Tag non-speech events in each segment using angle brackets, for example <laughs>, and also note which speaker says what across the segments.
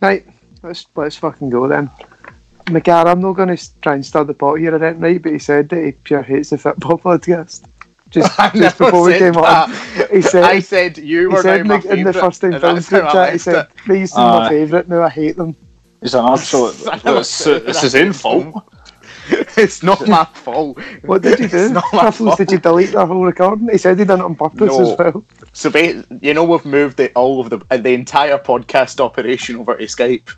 Speaker 1: Right, let's let's fucking go then. McGar, I'm not going to try and stir the pot here. I didn't write, but he said that he pure hates the football <laughs> podcast. Just,
Speaker 2: <laughs>
Speaker 1: <laughs>
Speaker 2: I
Speaker 1: just
Speaker 2: never
Speaker 1: before we
Speaker 2: said
Speaker 1: came on,
Speaker 2: that.
Speaker 1: he said
Speaker 2: I said you
Speaker 1: he
Speaker 2: were
Speaker 1: said in
Speaker 2: now my
Speaker 1: the, in the
Speaker 2: favourite,
Speaker 1: first time
Speaker 2: and
Speaker 1: film
Speaker 2: that's how
Speaker 1: group
Speaker 2: I
Speaker 1: chat,
Speaker 2: Uh,
Speaker 1: he
Speaker 2: left
Speaker 1: said
Speaker 2: it.
Speaker 1: they used to be my
Speaker 3: Aye.
Speaker 1: favourite. Now I hate them.
Speaker 3: It's an
Speaker 1: <laughs>
Speaker 3: absolute.
Speaker 2: Son of a
Speaker 3: it's, it's his own
Speaker 1: Ah,
Speaker 3: fault.
Speaker 2: it's not my fault.
Speaker 1: What did you
Speaker 2: <laughs> It's
Speaker 1: do?
Speaker 2: not my
Speaker 1: Truffles,
Speaker 2: fault.
Speaker 1: did you delete the whole recording? He said he done it on purpose
Speaker 2: No.
Speaker 1: as well.
Speaker 2: So ba- you know we've moved the, all of the uh, the entire podcast operation over to Skype.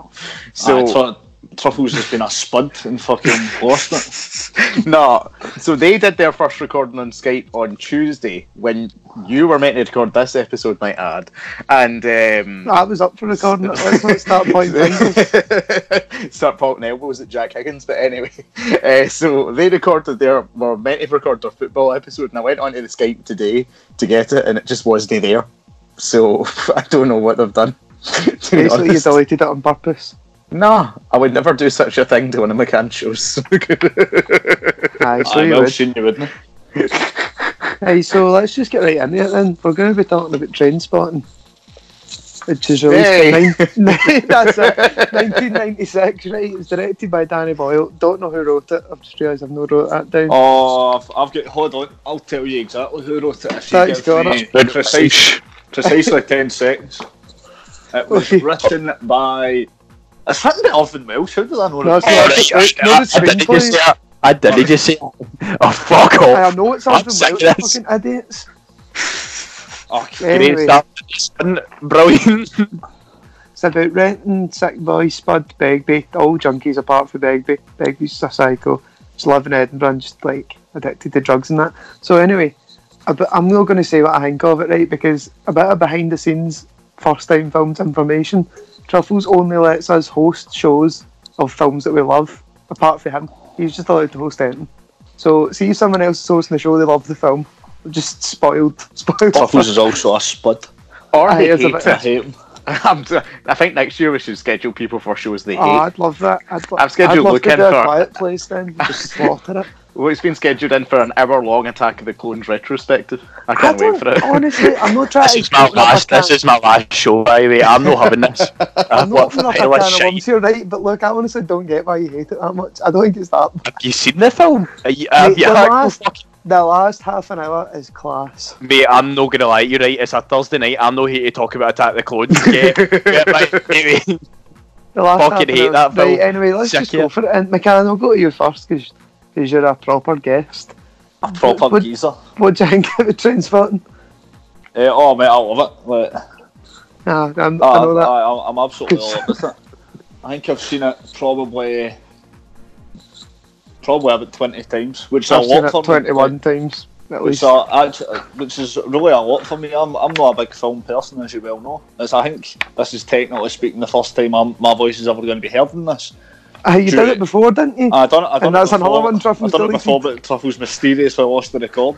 Speaker 3: So
Speaker 2: So
Speaker 3: Truffles has been a spud
Speaker 1: <laughs>
Speaker 3: and fucking lost
Speaker 2: <laughs>
Speaker 3: it.
Speaker 2: no, so they did their first recording on Skype on Tuesday when you were meant to record this episode, might add, and um,
Speaker 1: I was up for
Speaker 2: <laughs>
Speaker 1: recording it. Let's not start pointing fingers.
Speaker 2: start poking elbows at Jack Higgins. But anyway, <laughs> uh, so they recorded their were meant to record their football episode, and I went onto the Skype today to get it, and it just wasn't there. So <laughs> I don't know what they've done. <laughs> to be
Speaker 1: Basically, you
Speaker 2: honest.
Speaker 1: deleted it on
Speaker 2: <laughs>
Speaker 1: purpose.
Speaker 2: No, I would never do such a thing to one of my can shows. <laughs>
Speaker 1: Aye, so
Speaker 3: I
Speaker 1: you
Speaker 3: well
Speaker 1: would.
Speaker 3: seen you wouldn't.
Speaker 1: Aye, so let's just get right into it then. We're going to be talking about train spotting, which is released
Speaker 2: Hey.
Speaker 1: in nine, <laughs> that's it, 1996. Right, it was directed by Danny Boyle. Don't know who wrote it. I've just realised I've not wrote that down.
Speaker 3: Oh, I've, I've got. Hold on, I'll tell you exactly who wrote it. If you
Speaker 1: Thanks,
Speaker 3: give
Speaker 1: Connor.
Speaker 3: me precise, <laughs> precisely ten seconds. It was
Speaker 1: Okay.
Speaker 3: written by. It's written by Irvin Welsh. How did I know?
Speaker 1: No,
Speaker 3: that?
Speaker 1: it's not. No, it's screenplay.
Speaker 4: I didn't just say that. Oh, fuck
Speaker 1: Aye, I
Speaker 4: off.
Speaker 1: know it's
Speaker 4: I'm
Speaker 1: Irvin
Speaker 4: sick
Speaker 1: Welsh,
Speaker 4: of this.
Speaker 1: fucking idiots.
Speaker 3: Oh,
Speaker 4: Great
Speaker 1: Anyway,
Speaker 4: start to this one.
Speaker 1: <laughs>
Speaker 4: Brilliant.
Speaker 1: it's about Renton, Sick Boy, Spud, Begbie, all junkies apart from Begbie. Begbie's a psycho. Just live in Edinburgh and just like addicted to drugs and that. So anyway, a bit- I'm not going to say what I think of it, right? Because a bit of behind the scenes first time films information. Truffles only lets us host shows of films that we love. Apart from him, he's just allowed to host anything. So see if someone else is hosting the show, they love the film. Just spoiled, <laughs> spoiled.
Speaker 3: Truffles is also a spud.
Speaker 2: or
Speaker 1: Aye,
Speaker 2: they
Speaker 1: it's a
Speaker 2: hate
Speaker 1: bit-
Speaker 3: I
Speaker 2: it.
Speaker 3: hate him.
Speaker 2: I'm t- I think next year we should schedule people for shows they hate.
Speaker 1: Oh, I'd love that. I'd, lo-
Speaker 2: I've scheduled
Speaker 1: I'd love
Speaker 2: Luke
Speaker 1: to do
Speaker 2: in
Speaker 1: a
Speaker 2: for-
Speaker 1: quiet place then. Just slaughter it.
Speaker 2: well, it's been scheduled in for an hour-long Attack of the Clones retrospective. I
Speaker 1: I
Speaker 2: can't wait for
Speaker 1: don't,
Speaker 2: it.
Speaker 1: honestly, I'm not trying to.
Speaker 4: This is my
Speaker 1: open up a
Speaker 4: last. This
Speaker 1: can-
Speaker 4: is my last show. By the way, I'm not having this.
Speaker 1: <laughs> I'm
Speaker 4: I've
Speaker 1: not
Speaker 4: worked
Speaker 1: opening
Speaker 4: a
Speaker 1: up a
Speaker 4: pile of
Speaker 1: can of worms
Speaker 4: shit.
Speaker 1: here, right? But look, I honestly don't get why you hate it that much. I don't think it's that.
Speaker 4: Have you seen the film? Uh, Are you,
Speaker 1: Mate,
Speaker 4: have you
Speaker 1: the
Speaker 4: heard-
Speaker 1: last- The last half an hour is class.
Speaker 4: Mate, I'm not gonna lie, you're right, it's a Thursday night, I'm not here to talk about Attack the Clones.
Speaker 1: <laughs>
Speaker 4: Yeah, yeah, right, anyway.
Speaker 1: The last
Speaker 4: Fucking
Speaker 1: half an
Speaker 4: hate
Speaker 1: hour-
Speaker 4: that film.
Speaker 1: Right, anyway, let's
Speaker 4: Sick
Speaker 1: just
Speaker 4: yeah.
Speaker 1: go for it. And McCann, I'll go to you first because you're a proper guest.
Speaker 3: A proper
Speaker 1: Would-
Speaker 3: geezer.
Speaker 1: What do you think <laughs> of the transporting?
Speaker 3: Eh, oh mate, I love it. Like,
Speaker 1: Ah, I'm,
Speaker 3: I,
Speaker 1: I know that.
Speaker 3: I, am absolutely all over it. I think I've seen it probably probably about twenty times, which is
Speaker 1: I've
Speaker 3: a
Speaker 1: seen
Speaker 3: lot
Speaker 1: it
Speaker 3: for me.
Speaker 1: 21 times at
Speaker 3: Which,
Speaker 1: least.
Speaker 3: are actually, which is really a lot for me. I'm, I'm not a big film person, as you well know. As I think this is technically speaking the first time I'm, my voice is ever going to be heard in this.
Speaker 1: Ah, you did
Speaker 3: Julie-
Speaker 1: it before, didn't you? <laughs>
Speaker 3: I done it. I done
Speaker 1: And that's
Speaker 3: it before,
Speaker 1: another one Truffles
Speaker 3: I done it
Speaker 1: deleted.
Speaker 3: before, but Truffles mysteriously lost the record.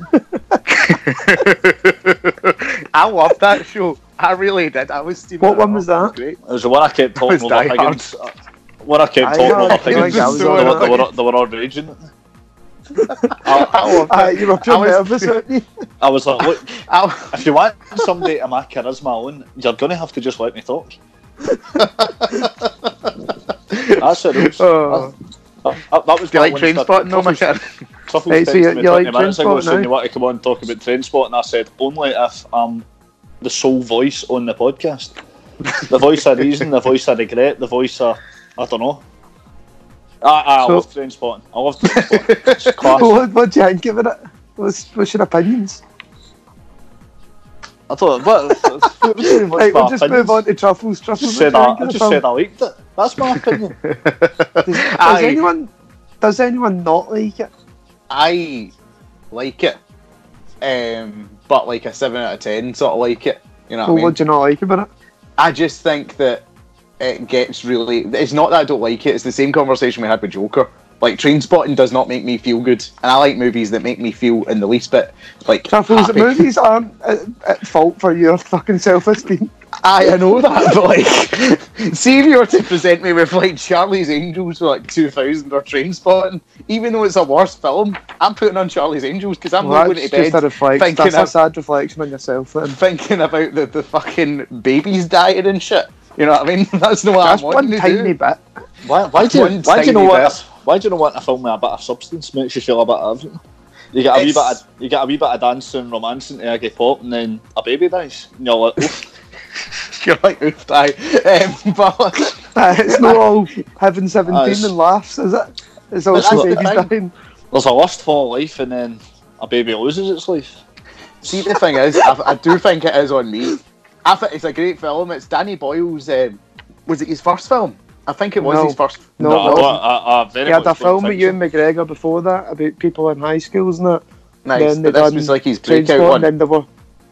Speaker 2: I loved that show. I really did. I was steaming
Speaker 1: What
Speaker 2: it
Speaker 1: one
Speaker 2: up.
Speaker 1: was <laughs> that?
Speaker 2: Great.
Speaker 3: It was the one I kept
Speaker 2: That was
Speaker 3: talking over
Speaker 2: Die Hard.
Speaker 3: Higgins. When I kept
Speaker 1: I
Speaker 3: talking
Speaker 1: know,
Speaker 3: over
Speaker 1: I feel
Speaker 3: Higgins,
Speaker 1: like I was
Speaker 3: they,
Speaker 1: on
Speaker 3: were,
Speaker 1: that.
Speaker 3: they, were, they were all raging.
Speaker 1: <laughs>
Speaker 2: I, loved
Speaker 1: Ah,
Speaker 2: it.
Speaker 1: you were
Speaker 2: I
Speaker 1: pure
Speaker 2: was-
Speaker 1: nervous, weren't you?
Speaker 3: I was like, look,
Speaker 2: I,
Speaker 3: if you want somebody to my charisma on, you're going to have to just let me talk. That's it. Rules.
Speaker 1: Oh.
Speaker 3: That, that, that was
Speaker 2: do you
Speaker 3: my
Speaker 2: like
Speaker 3: one
Speaker 2: train
Speaker 3: step.
Speaker 2: spotting? No, my
Speaker 3: Truffles-
Speaker 2: shit.
Speaker 3: Truffles
Speaker 1: Hey, so
Speaker 3: texted
Speaker 1: you-
Speaker 3: me
Speaker 1: you like eh?"
Speaker 3: 20 minutes
Speaker 1: Trainspotting
Speaker 3: ago saying
Speaker 1: now?
Speaker 3: you want to come on and talk about train spot, and I said, only if I'm the sole voice on the podcast. The voice of reason, the voice of regret, the voice of, I don't know. I, I
Speaker 1: So-
Speaker 3: love train spotting. I love
Speaker 1: <laughs>
Speaker 3: train spotting. It's class.
Speaker 1: what, what do you think of it? What's, what's your opinions?
Speaker 3: I thought, but pretty much
Speaker 1: Right,
Speaker 3: my
Speaker 1: we'll just
Speaker 3: opinions.
Speaker 1: move on to truffles. Truffles.
Speaker 3: Just said I,
Speaker 1: what do you think of
Speaker 3: I
Speaker 1: the
Speaker 3: just
Speaker 1: film?
Speaker 3: said I liked it. That's my opinion.
Speaker 1: <laughs> Does, does
Speaker 2: Aye.
Speaker 1: anyone does anyone not like it?
Speaker 2: I like it, um, but like a seven out of ten sort of like it. You know what
Speaker 1: Well,
Speaker 2: I mean?
Speaker 1: what do you not like about it?
Speaker 2: I just think that it gets really. It's not that I don't like it. It's the same conversation we had with Joker. Like train spotting does not make me feel good, and I like movies that make me feel in the least bit like
Speaker 1: Truffles, the
Speaker 2: happy.
Speaker 1: movies aren't at, at fault for your <laughs> fucking self
Speaker 2: <laughs>
Speaker 1: esteem.
Speaker 2: Aye, I know that, but like, <laughs> see if you were to present me with like Charlie's Angels for like 2000 or Train Spotting, even though it's a worse film, I'm putting on Charlie's Angels because I'm
Speaker 1: Well,
Speaker 2: not going
Speaker 1: that's
Speaker 2: to bed
Speaker 1: just a reflection.
Speaker 2: thinking
Speaker 1: That's a
Speaker 2: of-
Speaker 1: sad reflection on yourself. and
Speaker 2: thinking about the, the fucking babies dying and shit. You know what I mean? <laughs> That's not what
Speaker 1: That's
Speaker 2: I'm
Speaker 1: one
Speaker 2: wanting to
Speaker 1: tiny
Speaker 2: do.
Speaker 1: bit.
Speaker 3: <laughs>
Speaker 1: <laughs>
Speaker 3: Why, why do you,
Speaker 2: One
Speaker 3: why do you know
Speaker 2: tiny
Speaker 3: what?
Speaker 2: bit.
Speaker 3: Why do you know what a film with a bit of substance makes you feel a bit of everything? You get a wee bit,
Speaker 2: It's-
Speaker 3: of, you get a wee bit of dancing, romancing to Iggy Pop, and then a baby dies. And you're like, <laughs> oof.
Speaker 2: <laughs> You're like, oof, aye. Um, <laughs> but
Speaker 1: Uh, it's
Speaker 2: <laughs>
Speaker 1: not all having 17
Speaker 3: Uh, it's-
Speaker 1: and laughs, is it? It's
Speaker 2: But
Speaker 1: also
Speaker 2: that's the
Speaker 1: babies
Speaker 2: thing.
Speaker 1: dying.
Speaker 3: there's a lust for life, and then a baby loses its life.
Speaker 2: See, the thing is, I, I do think it is on me. I think it's a great film. It's Danny Boyle's. Um, was it his first film? I think it was
Speaker 1: No.
Speaker 2: his first.
Speaker 1: No,
Speaker 3: No,
Speaker 1: it wasn't.
Speaker 3: I, I, I very
Speaker 1: He had
Speaker 3: much
Speaker 1: a film
Speaker 3: don't
Speaker 1: with
Speaker 3: think
Speaker 1: Ewan McGregor before that about people in high schools and that.
Speaker 2: Nice.
Speaker 1: Then they
Speaker 2: But this
Speaker 1: done
Speaker 2: was like his breakout
Speaker 1: Trainspotting,
Speaker 2: one.
Speaker 1: then there were.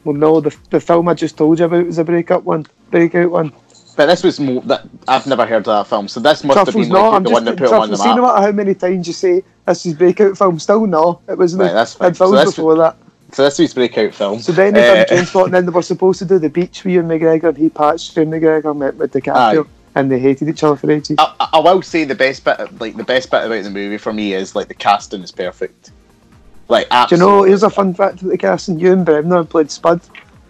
Speaker 1: Well, no, the, the film I just told you about was a breakup one. Breakout one.
Speaker 2: But this was more. That, I've never heard of that film, so this must have
Speaker 1: Truffles,
Speaker 2: been
Speaker 1: no,
Speaker 2: like,
Speaker 1: I'm
Speaker 2: the
Speaker 1: just
Speaker 2: one that put him on the
Speaker 1: Truffles, see no
Speaker 2: map.
Speaker 1: matter how many times you say this is breakout film, still no. It was in
Speaker 2: Right,
Speaker 1: the
Speaker 2: that's fine.
Speaker 1: in
Speaker 2: So
Speaker 1: films
Speaker 2: that's-
Speaker 1: before that.
Speaker 2: So this was his breakout film.
Speaker 1: So then they
Speaker 2: Uh,
Speaker 1: done Trainspotting, and then they were supposed to do the beach with Ewan McGregor, and he patched Ewan McGregor, met with DiCaprio,
Speaker 2: Aye. Oh,
Speaker 1: and they hated each other for ages.
Speaker 2: <laughs> I, I will say the best bit, like the best bit about the movie for me is like the casting is perfect. Like,
Speaker 1: Do you
Speaker 2: absolutely.
Speaker 1: know, here's a fun fact about the casting. Ewan Bremner played Spud,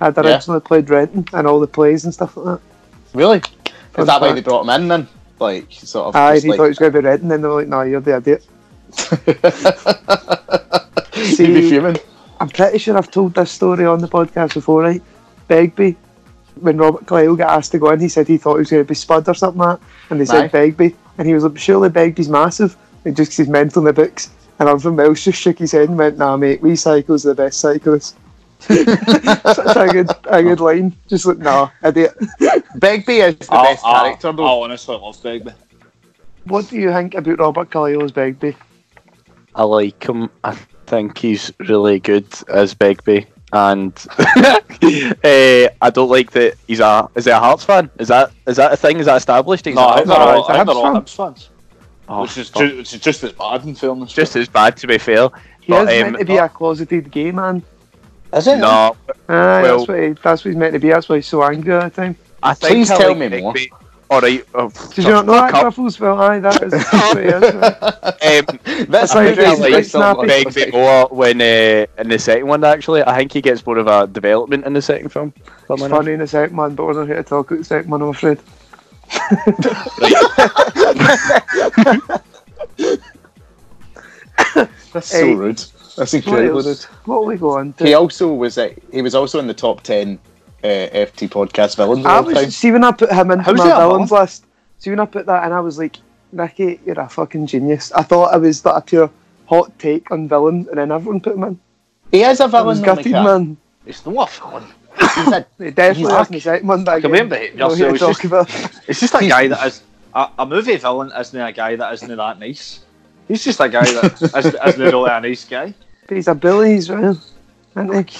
Speaker 1: had
Speaker 2: Yeah.
Speaker 1: originally played Renton and all the plays and stuff like
Speaker 2: really?
Speaker 1: Fun
Speaker 2: Is that why
Speaker 1: fact.
Speaker 2: they brought him in then? Like, sort of.
Speaker 1: that. Aye,
Speaker 2: just,
Speaker 1: he
Speaker 2: like-
Speaker 1: thought it
Speaker 2: <laughs>
Speaker 1: was going to be Renton, then they were like, no, you're the idiot.
Speaker 2: He'd be
Speaker 1: See- <laughs>
Speaker 2: fuming.
Speaker 1: I'm pretty sure I've told this story on the podcast before, right? Begbie, when Robert Kyle got asked to go in, he said he thought he was going to be Spud or something like that, and they said Begbie, and he was like, surely Begbie's massive, and just 'cause he's mental in the books. And Irvin Welsh just shook his head and went, nah, mate, we cycles are the best cyclists. <laughs> Such a good, a good line. Just like, nah, idiot.
Speaker 2: Begbie is the
Speaker 3: I-
Speaker 2: best
Speaker 3: I-
Speaker 2: character
Speaker 3: I
Speaker 2: though.
Speaker 3: honestly love Begbie.
Speaker 1: What do you think about Robert Kyle's Begbie?
Speaker 4: I like him. I think he's really good as Begbie. And <laughs> uh, I don't like that he's a is he a Hearts fan? Is that is that a thing? Is that established? that he's
Speaker 3: No,
Speaker 4: a
Speaker 3: I think they're
Speaker 1: no,
Speaker 4: Hearts
Speaker 1: it's
Speaker 3: all, I
Speaker 1: a
Speaker 3: think they're all
Speaker 1: Hibs
Speaker 3: Hibs fans,
Speaker 4: fan? Oh,
Speaker 3: which, is
Speaker 4: fuck.
Speaker 3: ju- which is just as bad in fairness.
Speaker 4: just as bad to be fair.
Speaker 1: He
Speaker 4: But,
Speaker 1: is
Speaker 4: um,
Speaker 1: meant to be a closeted gay man.
Speaker 3: is it?
Speaker 4: No,
Speaker 1: Aye,
Speaker 4: Well-
Speaker 1: that's, what he, that's what he's meant to be. That's why he's so angry all the time.
Speaker 4: I think
Speaker 2: Please
Speaker 4: I
Speaker 2: tell
Speaker 4: like
Speaker 2: me more.
Speaker 4: Begbie. All right. Oh,
Speaker 1: Did you not know that,
Speaker 4: fuck up.
Speaker 1: Truffles? Well, aye, that is that's what he is.
Speaker 4: <laughs>
Speaker 1: mate. <laughs>
Speaker 4: Um,
Speaker 2: That's
Speaker 1: I
Speaker 2: how
Speaker 1: think
Speaker 2: you
Speaker 1: it's like snappy.
Speaker 4: Big bit more when uh, in the second one actually. I think he gets more of a development in the second film.
Speaker 1: It's funny in the second one, but we're not here to talk about the second one, I'm afraid.
Speaker 2: That's
Speaker 1: Hey.
Speaker 2: so rude. That's incredible.
Speaker 1: What else? What will we go on to?
Speaker 2: He also was uh, he was also in the top ten uh, FT podcast villains. of
Speaker 1: I
Speaker 2: all time.
Speaker 1: was, see, when I put him into
Speaker 2: How's
Speaker 1: my
Speaker 2: that a
Speaker 1: villains list, see, when I put that in, I was like, Nicky, you're a fucking genius. I thought I was that a pure hot take on villains, and then everyone put him in.
Speaker 2: He is a
Speaker 1: I was
Speaker 2: villain. though,
Speaker 1: gutted,
Speaker 2: Mika.
Speaker 1: man.
Speaker 3: It's not a film.
Speaker 2: He's a-
Speaker 1: It definitely
Speaker 2: He's
Speaker 1: is in the second one. Back
Speaker 4: Come here, mate.
Speaker 1: We're here to
Speaker 4: Yourself,
Speaker 1: talk about
Speaker 3: It's just a guy that is a, a movie villain. Isn't a guy that isn't that nice. He's just a guy that
Speaker 1: <laughs>
Speaker 3: isn't, isn't really a nice guy.
Speaker 1: But he's a bully, he's right. Isn't he?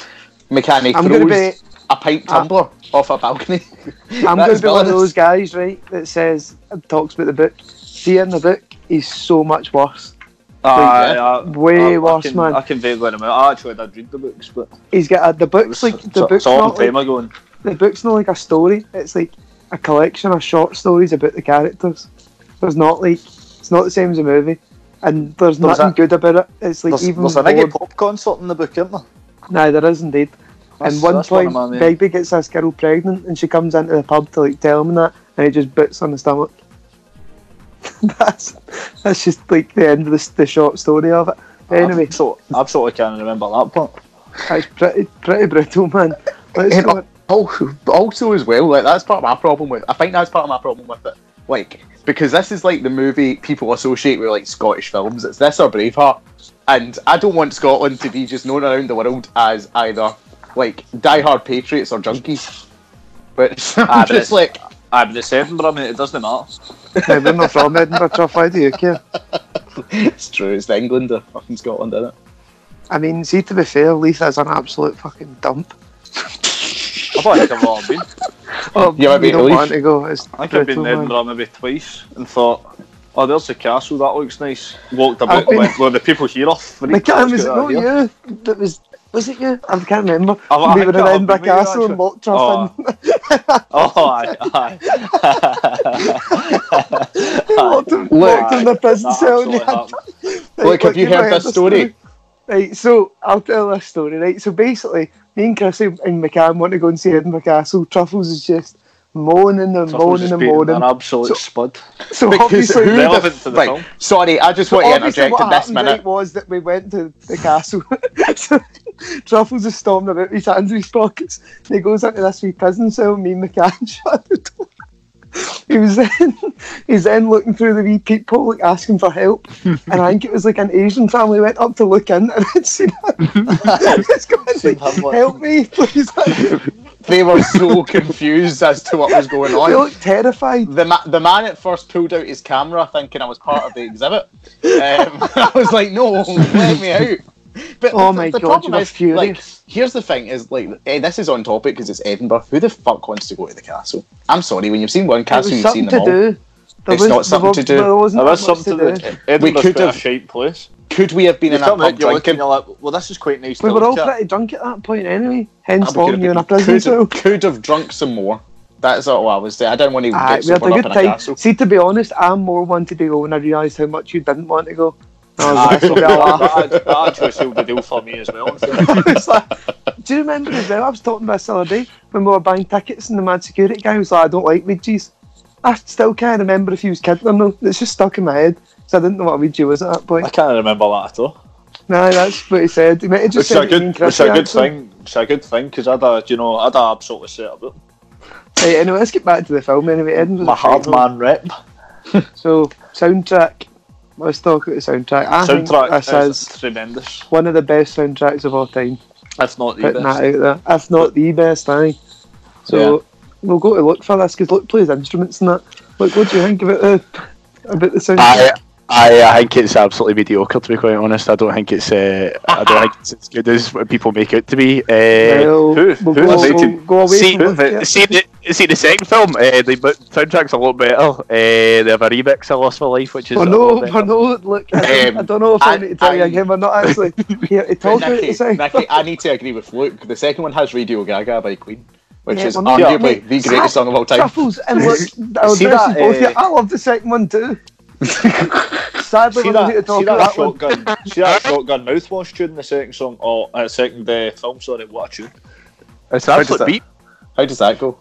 Speaker 2: mechanic
Speaker 1: I'm
Speaker 2: throws
Speaker 1: going to be.
Speaker 2: a pint tumbler off a balcony. <laughs>
Speaker 1: I'm going
Speaker 2: That's
Speaker 1: to be one of
Speaker 2: villainous.
Speaker 1: those guys, right, that says and talks about the book. See in the book, he's so much worse.
Speaker 3: Aye,
Speaker 2: yeah.
Speaker 3: aye.
Speaker 1: Way
Speaker 3: Uh, I-
Speaker 1: worse,
Speaker 3: I can,
Speaker 1: man.
Speaker 3: I can vaguely remember. I actually did read the books, but
Speaker 1: He's got a, the book's like the
Speaker 3: so-
Speaker 1: book's
Speaker 3: so all
Speaker 1: not
Speaker 3: the time
Speaker 1: like,
Speaker 3: ago. and-
Speaker 1: the book's not like a story. It's like a collection of short stories about the characters. There's not like it's not the same as a movie, and there's,
Speaker 3: There's
Speaker 1: nothing
Speaker 3: a-
Speaker 1: good about it. It's like
Speaker 3: There's,
Speaker 1: even
Speaker 3: there's an Iggy
Speaker 1: more-
Speaker 3: Pop concert in the book, isn't there?
Speaker 1: No, there is indeed.
Speaker 3: That's-
Speaker 1: and one
Speaker 3: that's one of
Speaker 1: point,
Speaker 3: my main-
Speaker 1: Begbie gets this girl pregnant, and she comes into the pub to like tell him that, and he just bits on the stomach. <laughs> that's that's just like the end of the, the short story of it. Anyway,
Speaker 3: so absolutely can't remember that part.
Speaker 1: that's pretty pretty brutal, man. Let's
Speaker 2: Yeah,
Speaker 1: go
Speaker 2: but also, but also as well, like that's part of my problem with. I think that's part of my problem with it. Like because this is like the movie people associate with like Scottish films. It's this or Braveheart, and I don't want Scotland to be just known around the world as either like diehard patriots or junkies. But <laughs>
Speaker 3: Ah,
Speaker 2: I'm
Speaker 3: but it's-
Speaker 2: just like
Speaker 3: Aye, but it's Edinburgh, mate. It doesn't matter.
Speaker 1: Yeah, we're not from Edinburgh, Truff. Why do you care?
Speaker 2: it's true. It's England or fucking Scotland, isn't it?
Speaker 1: I mean, see, to be fair, Leith is an absolute fucking dump.
Speaker 3: I thought I'd ever been.
Speaker 1: Oh,
Speaker 2: Yeah, I mean,
Speaker 1: you don't
Speaker 2: Leith-
Speaker 1: want to go. It's
Speaker 3: I think I've
Speaker 1: brutal,
Speaker 3: been in
Speaker 1: man.
Speaker 3: Edinburgh maybe twice and thought, Oh, there's the castle. That looks nice. Walked about.
Speaker 1: I've
Speaker 3: went, well, the people here are freaked.
Speaker 1: Like,
Speaker 3: out,
Speaker 1: um, was it
Speaker 3: let's
Speaker 1: not
Speaker 3: get out of here.
Speaker 1: you that was? Was it you? I can't remember.
Speaker 3: I've- Oh, I
Speaker 1: we were
Speaker 3: think I've
Speaker 1: in Edinburgh
Speaker 3: been there,
Speaker 1: Castle and
Speaker 3: actually.
Speaker 1: walked to our
Speaker 3: Oh.
Speaker 1: fin.
Speaker 3: Oh, aye, <laughs> aye.
Speaker 1: <laughs> We walked in, walked in the prison cell. and
Speaker 3: absolutely
Speaker 1: they had-
Speaker 3: happened.
Speaker 1: Right,
Speaker 2: Look,
Speaker 1: look,
Speaker 2: have you
Speaker 1: give
Speaker 2: heard
Speaker 1: me
Speaker 2: this
Speaker 1: the
Speaker 2: story?
Speaker 1: Right, so I'll tell this story. Right, so basically, me and Chrissy and McCann want to go and see Edinburgh Castle. Truffles is just moaning and
Speaker 3: Suppose
Speaker 1: moaning
Speaker 3: it's
Speaker 1: and
Speaker 3: been An
Speaker 1: moaning.
Speaker 3: absolute
Speaker 1: So-
Speaker 3: spud.
Speaker 1: So
Speaker 2: Because
Speaker 1: obviously,
Speaker 2: who the
Speaker 3: relevant to the
Speaker 2: like,
Speaker 3: film.
Speaker 2: Sorry, I just
Speaker 1: So
Speaker 2: want to
Speaker 1: obviously
Speaker 2: interject
Speaker 1: what
Speaker 2: at this
Speaker 1: happened,
Speaker 2: minute.
Speaker 1: right, was that we went to the castle. <laughs> so Truffles is storming about with his hands in his pockets. And he goes into this wee prison cell. Me and <laughs> McCann shut the door. He was then he's then looking through the wee peephole, like asking for help.
Speaker 2: <laughs>
Speaker 1: and I think it was like an Asian family went up to look in and <laughs> had seen him. it's going
Speaker 3: Seen him,
Speaker 1: like,
Speaker 3: like-
Speaker 1: help me,
Speaker 2: <laughs>
Speaker 1: please.
Speaker 2: They were so <laughs> confused as to what was going
Speaker 1: they
Speaker 2: on.
Speaker 1: look terrified.
Speaker 2: The, ma- the man at first pulled out his camera thinking I was part of the exhibit. Um, <laughs> I was like, no, let me out. But
Speaker 1: Oh
Speaker 2: the,
Speaker 1: my
Speaker 2: the
Speaker 1: God,
Speaker 2: problem
Speaker 1: you were
Speaker 2: is, like,
Speaker 1: furious.
Speaker 2: here's the thing is, like, eh, this is on topic because it's Edinburgh. Who the fuck wants to go to the castle? I'm sorry, when you've seen one
Speaker 1: It
Speaker 2: castle,
Speaker 1: was
Speaker 2: you've seen
Speaker 1: something
Speaker 2: them
Speaker 1: to
Speaker 2: all.
Speaker 1: do. There
Speaker 2: It's not something
Speaker 1: there
Speaker 2: to do.
Speaker 1: There wasn't
Speaker 3: There
Speaker 1: that
Speaker 3: was
Speaker 1: much
Speaker 3: something
Speaker 1: to do.
Speaker 3: that Edinburgh's
Speaker 2: could
Speaker 3: quite a
Speaker 2: have-
Speaker 3: shite place.
Speaker 2: Could we have been
Speaker 3: You
Speaker 2: in a
Speaker 3: come
Speaker 2: pub
Speaker 3: out, you're
Speaker 2: drinking?
Speaker 3: looking like, well, this is quite nice.
Speaker 1: We
Speaker 3: to
Speaker 1: were
Speaker 3: look
Speaker 1: all
Speaker 3: at.
Speaker 1: pretty drunk at that point anyway.
Speaker 2: Ah,
Speaker 1: Hence
Speaker 2: we could
Speaker 1: long
Speaker 2: have
Speaker 1: you in
Speaker 2: been-
Speaker 1: a prison
Speaker 2: could,
Speaker 1: cell.
Speaker 2: have, could have drunk some more. That's all I was saying. I don't want to
Speaker 1: Aye,
Speaker 2: get
Speaker 1: we had
Speaker 2: someone
Speaker 1: a
Speaker 2: up
Speaker 1: good
Speaker 2: in
Speaker 1: <laughs>
Speaker 2: a
Speaker 1: time.
Speaker 2: castle.
Speaker 1: See, to be honest, I'm more wanted to go when I realised how much you didn't want to go. I was
Speaker 3: Aye,
Speaker 1: like,
Speaker 3: so
Speaker 1: "Well, I'll <laughs> have
Speaker 3: that, that, that actually sealed the deal for me as well.
Speaker 1: it." It's like- do you remember as well? I was talking about this the other day when we were buying tickets, and the mad security guy was like, "I don't like wedgies." I still can't remember if he was kidding or not. It's just stuck in my head, so I didn't know what a wedgie was at that
Speaker 3: <laughs> I <laughs>
Speaker 1: point.
Speaker 3: can't remember that at all.
Speaker 1: No, that's what he said. He might have just
Speaker 3: It's
Speaker 1: said
Speaker 3: a
Speaker 1: it to me and
Speaker 3: good,
Speaker 1: Chris
Speaker 3: it's a good
Speaker 1: Jackson.
Speaker 3: thing. It's a good thing because I'd, uh, you know, I'd uh, absolutely set up
Speaker 1: Right, anyway, let's get back to the film. Anyway, Edinburgh's
Speaker 3: my
Speaker 1: a great
Speaker 3: hard
Speaker 1: one.
Speaker 3: man rep.
Speaker 1: So soundtrack. Let's talk about the soundtrack. I
Speaker 3: Soundtrack
Speaker 1: think this
Speaker 3: is
Speaker 1: is
Speaker 3: tremendous.
Speaker 1: one of the best soundtracks of all time.
Speaker 3: If not the
Speaker 1: Putting
Speaker 3: best.
Speaker 1: that out there, if not the best, aye. So we'll go to look for this because look plays instruments and that. Look, what do you think about the about the <laughs>
Speaker 4: I,
Speaker 1: soundtrack?
Speaker 4: I, I think it's absolutely mediocre. To be quite honest, I don't think it's. Uh, I don't think it's as good as what people make it to be. Uh,
Speaker 1: well,
Speaker 3: who-
Speaker 1: we'll
Speaker 3: who
Speaker 1: go,
Speaker 3: was it?
Speaker 1: we'll go away
Speaker 4: see,
Speaker 1: from look,
Speaker 4: the,
Speaker 1: yeah.
Speaker 4: see, the, see the second film. Uh, the bu- soundtrack's a lot better. Uh, they have a remix of "Lost My Life," which is.
Speaker 1: We're
Speaker 4: a
Speaker 1: Oh, no,
Speaker 4: lot
Speaker 1: we're
Speaker 4: better.
Speaker 1: no. Look, I,
Speaker 2: Um,
Speaker 1: I don't know if I,
Speaker 2: I-
Speaker 1: need to tell you
Speaker 2: I-
Speaker 1: again. We're not actually here to
Speaker 2: But
Speaker 1: talk about the
Speaker 2: Nicky,
Speaker 1: soundtrack. <laughs>
Speaker 2: Nicky, I need to agree with Luke. The second one has Radio Gaga by Queen, which
Speaker 1: Yeah,
Speaker 2: is
Speaker 1: well, no,
Speaker 2: arguably
Speaker 1: mate,
Speaker 2: the greatest
Speaker 1: that-
Speaker 2: song of all time.
Speaker 1: Truffles and look,
Speaker 3: <laughs>
Speaker 1: I'll
Speaker 3: See
Speaker 1: address you
Speaker 3: that,
Speaker 1: both.
Speaker 3: uh,
Speaker 1: here. I love the second one too.
Speaker 3: <laughs>
Speaker 1: Sadly,
Speaker 3: See
Speaker 1: we're not here to
Speaker 3: that,
Speaker 1: talk
Speaker 3: see
Speaker 1: about
Speaker 3: that
Speaker 1: that one.
Speaker 3: <laughs> shotgun, see that shotgun mouthwash tune in the second song, or uh, second uh, film, sorry, what a tune.
Speaker 4: It's
Speaker 2: How
Speaker 4: an
Speaker 2: does
Speaker 4: absolute
Speaker 2: that-
Speaker 4: beat.
Speaker 2: How does that go?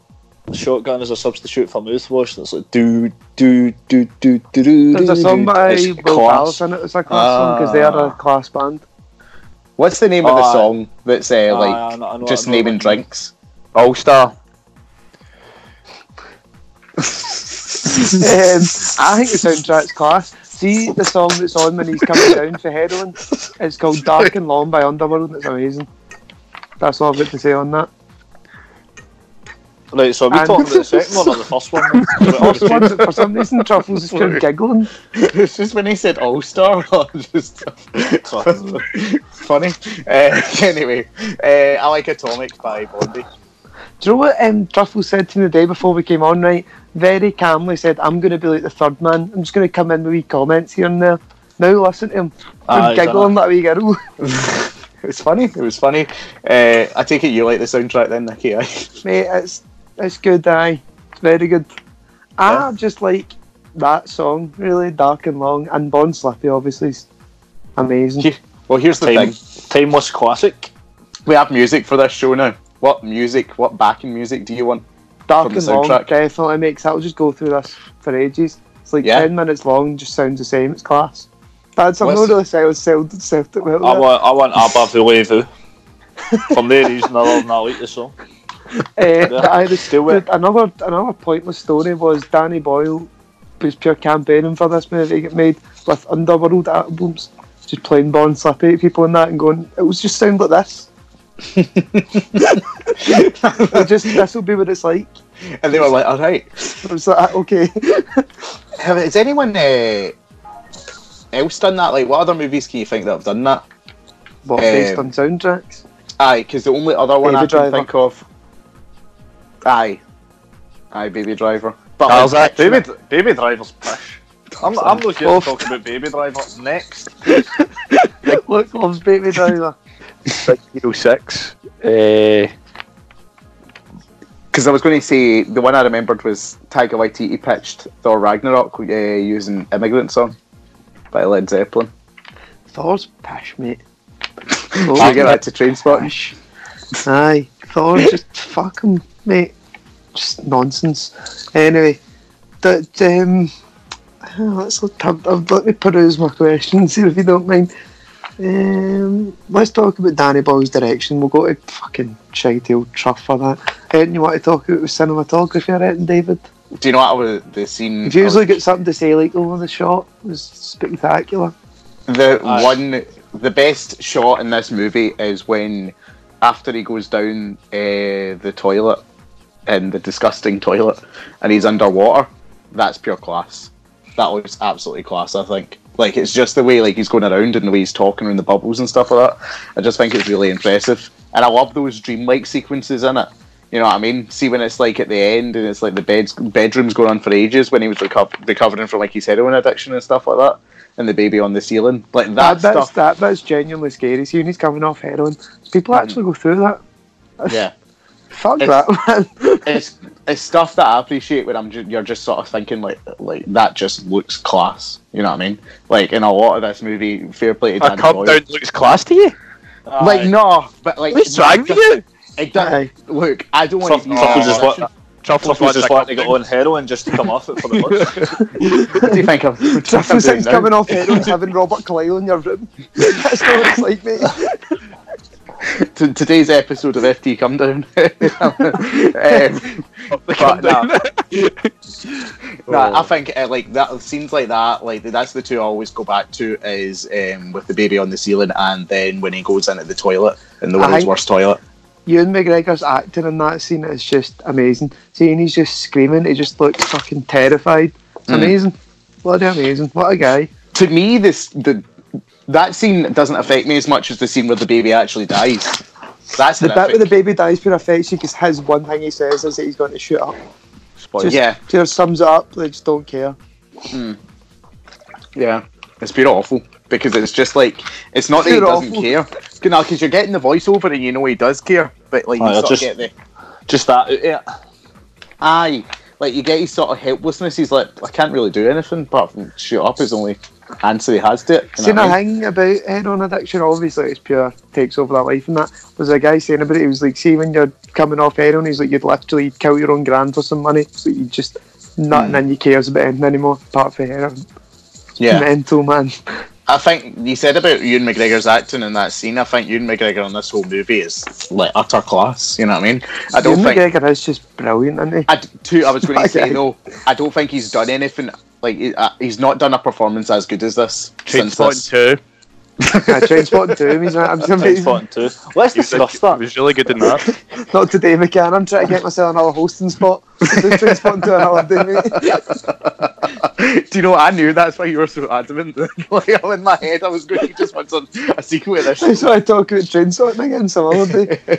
Speaker 3: Shotgun is a substitute for mouthwash, and it's like do, do, do, do, do, do.
Speaker 1: There's a song
Speaker 3: do.
Speaker 1: by
Speaker 3: It's
Speaker 1: Will
Speaker 3: class. Ah.
Speaker 1: Palace in it. It's a class song because they are a class band.
Speaker 2: What's the name of the
Speaker 3: Aye.
Speaker 2: song that's uh,
Speaker 3: Aye,
Speaker 2: like
Speaker 3: I know- I know-
Speaker 2: just
Speaker 3: I know
Speaker 2: naming
Speaker 3: what you mean.
Speaker 2: drinks?
Speaker 4: All Star.
Speaker 1: <laughs> um, I think the
Speaker 2: <laughs>
Speaker 1: soundtrack's class. See the song that's on when he's coming down for heroin. It's called "Dark and Long" by Underworld, and it's amazing. That's all I've got to say on that.
Speaker 3: Right, so are we
Speaker 1: And-
Speaker 3: talking about the second one or the
Speaker 1: <laughs>
Speaker 3: first one? The
Speaker 1: First one, for some reason, Truffles is still giggling.
Speaker 2: <laughs> it's just when he said <laughs> All Star, just funny. Uh, <laughs> anyway, uh, I like Atomic by <laughs> Blondie.
Speaker 1: Do you know what um, Truffle said to me the day before we came on, right? Very calmly said, I'm going to be like the third man. I'm just going to come in with wee comments here and there. Now listen to him.
Speaker 3: Aye,
Speaker 1: I'm giggling like a wee girl. <laughs>
Speaker 2: It was funny. It was funny. Uh, I take it you like the soundtrack then, Nicky. eh? aye?
Speaker 1: Mate, it's, it's good, aye. It's very good. I just like that song, really, Dark and Long. And Bon Slappy, obviously, is amazing.
Speaker 2: Yeah. <laughs> well, here's the
Speaker 3: Time,
Speaker 2: thing:
Speaker 3: timeless classic.
Speaker 2: we have music for this show now. What music? What backing music do you want? <laughs>
Speaker 1: Dark
Speaker 2: From the
Speaker 1: and Long
Speaker 2: soundtrack.
Speaker 1: definitely makes I'll just go through this for ages. It's like
Speaker 2: Yeah.
Speaker 1: 10 minutes long, just sounds the same. It's class. That's, I'm not
Speaker 2: Listen.
Speaker 1: really sold, sold, sold it well.
Speaker 3: I
Speaker 1: there.
Speaker 3: want, I want ABBA Voulez-Vous. <laughs> From their reason alone, I like the song.
Speaker 1: Uh,
Speaker 3: Yeah.
Speaker 1: I was
Speaker 3: Do it.
Speaker 1: Another another pointless story was Danny Boyle was pure campaigning for this movie to get made with Underworld albums, just playing Born Slappy at people and that, and going, it was just sound like this. It
Speaker 3: <laughs>
Speaker 1: just this will be what it's like.
Speaker 2: and they were like, "All right."
Speaker 1: It was like "Ah, okay, <laughs>
Speaker 2: Have, has anyone uh, else done that? Like, what other movies can you think that have done that?
Speaker 1: but based
Speaker 3: Um,
Speaker 1: on soundtracks.
Speaker 2: Aye, because the only other one
Speaker 1: Baby
Speaker 2: I can
Speaker 1: Driver.
Speaker 2: think of. Aye, aye, Baby Driver. But
Speaker 4: Charles
Speaker 2: like,
Speaker 4: Act-
Speaker 2: picture-
Speaker 3: Baby Driver's pish. I'm, I'm not here to
Speaker 1: Off.
Speaker 3: talk about Baby Driver next.
Speaker 1: Luke loves Baby Driver.
Speaker 4: Six zero six. Uh,
Speaker 2: Because I was going to say the one I remembered was Tiger Waititi pitched Thor Ragnarok uh, using "Immigrant Song" by Led Zeppelin.
Speaker 1: Thor's pish, mate.
Speaker 2: Oh, Should we get that to train spot?
Speaker 1: Pish. Aye, Thor's just fuck him, mate. Just nonsense. Anyway, that um, <sighs> let's look, I've, I've let me peruse my <laughs> questions here if you don't mind. Um, let's talk about Danny Boyle's direction. We'll go to fucking shitey old truff for that. Anything you want to talk about with cinematography, I reckon, David?
Speaker 2: Do you know what was the scene?
Speaker 1: If you usually get something to say like, oh, the shot was spectacular.
Speaker 2: The
Speaker 3: Aye.
Speaker 2: one, the best shot in this movie is when, after he goes down uh, the toilet, in the disgusting toilet, and he's underwater. That's pure class. That looks absolutely class. I think. Like it's just the way like he's going around and the way he's talking around the bubbles and stuff like that. I just think it's really impressive, and I love those dreamlike sequences in it. You know what I mean? See when it's like at the end and it's like the bed's bedroom's going on for ages when he was reco- recovering from like his heroin addiction and stuff like that, and the baby on the ceiling. Like that,
Speaker 1: That, bit's,
Speaker 2: stuff.
Speaker 1: that bit's genuinely scary. See, when he's coming off heroin, people actually go through that.
Speaker 2: Yeah.
Speaker 1: Fuck
Speaker 2: It's-
Speaker 1: that,
Speaker 2: <laughs>
Speaker 1: man.
Speaker 2: it's it's stuff that I appreciate when I'm ju- you're just sort of thinking like like that just looks class. You know what I mean? Like in a lot of this movie, fair play to
Speaker 4: a
Speaker 2: Dan
Speaker 4: come
Speaker 2: Boyle.
Speaker 4: down looks class to you.
Speaker 2: Like no, but like
Speaker 4: What's wrong with you?
Speaker 2: It does,
Speaker 1: Aye.
Speaker 2: Look, I don't want
Speaker 3: Truff
Speaker 2: to.
Speaker 3: Truff was just wanting Truff
Speaker 4: Truffles
Speaker 3: was just wanting to get on heroin just to come off it for the look.
Speaker 2: <laughs> What do you think <laughs> of? what do you think I'm
Speaker 1: Truffle
Speaker 2: doing
Speaker 1: since coming
Speaker 2: now?
Speaker 1: off heroin, having Robert Carlyle in your room. <laughs> That's not what it's like, mate.
Speaker 2: T- today's episode of FT Come Down. <laughs> um,
Speaker 4: <laughs> Come
Speaker 2: But, nah.
Speaker 4: down.
Speaker 2: Nah, I think uh, like that scenes like that, like that's the two I always go back to is um, with the baby on the ceiling, and then when he goes into the toilet in the
Speaker 1: I
Speaker 2: world's
Speaker 1: think-
Speaker 2: worst toilet.
Speaker 1: Ewan McGregor's acting in that scene is just amazing. Seeing he's just screaming, he just looks fucking terrified. It's
Speaker 2: Mm.
Speaker 1: amazing. Bloody amazing. What a guy.
Speaker 2: to me, this the that scene doesn't affect me as much as the scene where the baby actually dies. That's
Speaker 1: The
Speaker 2: horrific.
Speaker 1: bit where the baby dies pure affection because his one thing he says is that he's going to shoot up.
Speaker 4: Spoilers.
Speaker 2: Oh, yeah,
Speaker 1: Pure sums it up, they just don't care.
Speaker 2: yeah, it's pure awful because it's just like it's not that he
Speaker 1: Pure
Speaker 2: doesn't
Speaker 1: awful.
Speaker 2: care. You know, because you're getting the voiceover and you know he does care, but like you
Speaker 3: Aye, I
Speaker 2: sort
Speaker 3: just-
Speaker 2: of get the
Speaker 3: Just that out it.
Speaker 2: aye, like you get his sort of helplessness. He's like, I can't really do anything apart from shoot up. Is the only answer he has to it. You
Speaker 1: Seen
Speaker 2: know what
Speaker 1: a
Speaker 2: I mean?
Speaker 1: thing about heroin addiction, obviously it's pure takes over that life and that. Was a guy saying about it, he was like, see when you're coming off heroin, he's like, you'd literally kill your own grand for some money. So you just
Speaker 2: Hmm.
Speaker 1: nothing in you cares about anything anymore apart from heroin.
Speaker 2: Yeah,
Speaker 1: <laughs> Mental man.
Speaker 2: I think you said about Ewan McGregor's acting in that scene. I think Ewan McGregor in this whole movie is like utter class. You know what I mean? I don't
Speaker 1: Ewan
Speaker 2: think
Speaker 1: McGregor is just brilliant,
Speaker 2: <laughs>
Speaker 1: isn't he?
Speaker 2: I d- too. I was going
Speaker 1: Okay.
Speaker 2: to say though, I don't think he's done anything. Like he- uh, he's not done a performance as good as this since
Speaker 4: Trainspotting
Speaker 2: this.
Speaker 4: two.
Speaker 1: I train spotting to him, he's not I'm amazing.
Speaker 3: Trainspotting too. Let's
Speaker 4: He was-
Speaker 3: discuss
Speaker 4: he
Speaker 3: that.
Speaker 4: was really good in that. <laughs>
Speaker 1: Not today, McCann. I'm trying to get myself another hosting spot. Do train spotting to another day, mate.
Speaker 2: Do you know? I knew that's why you were so adamant. <laughs> like in my head, I was going to just want some, a sequel to this.
Speaker 1: That's why I talk about train spotting again some other day.
Speaker 2: <laughs>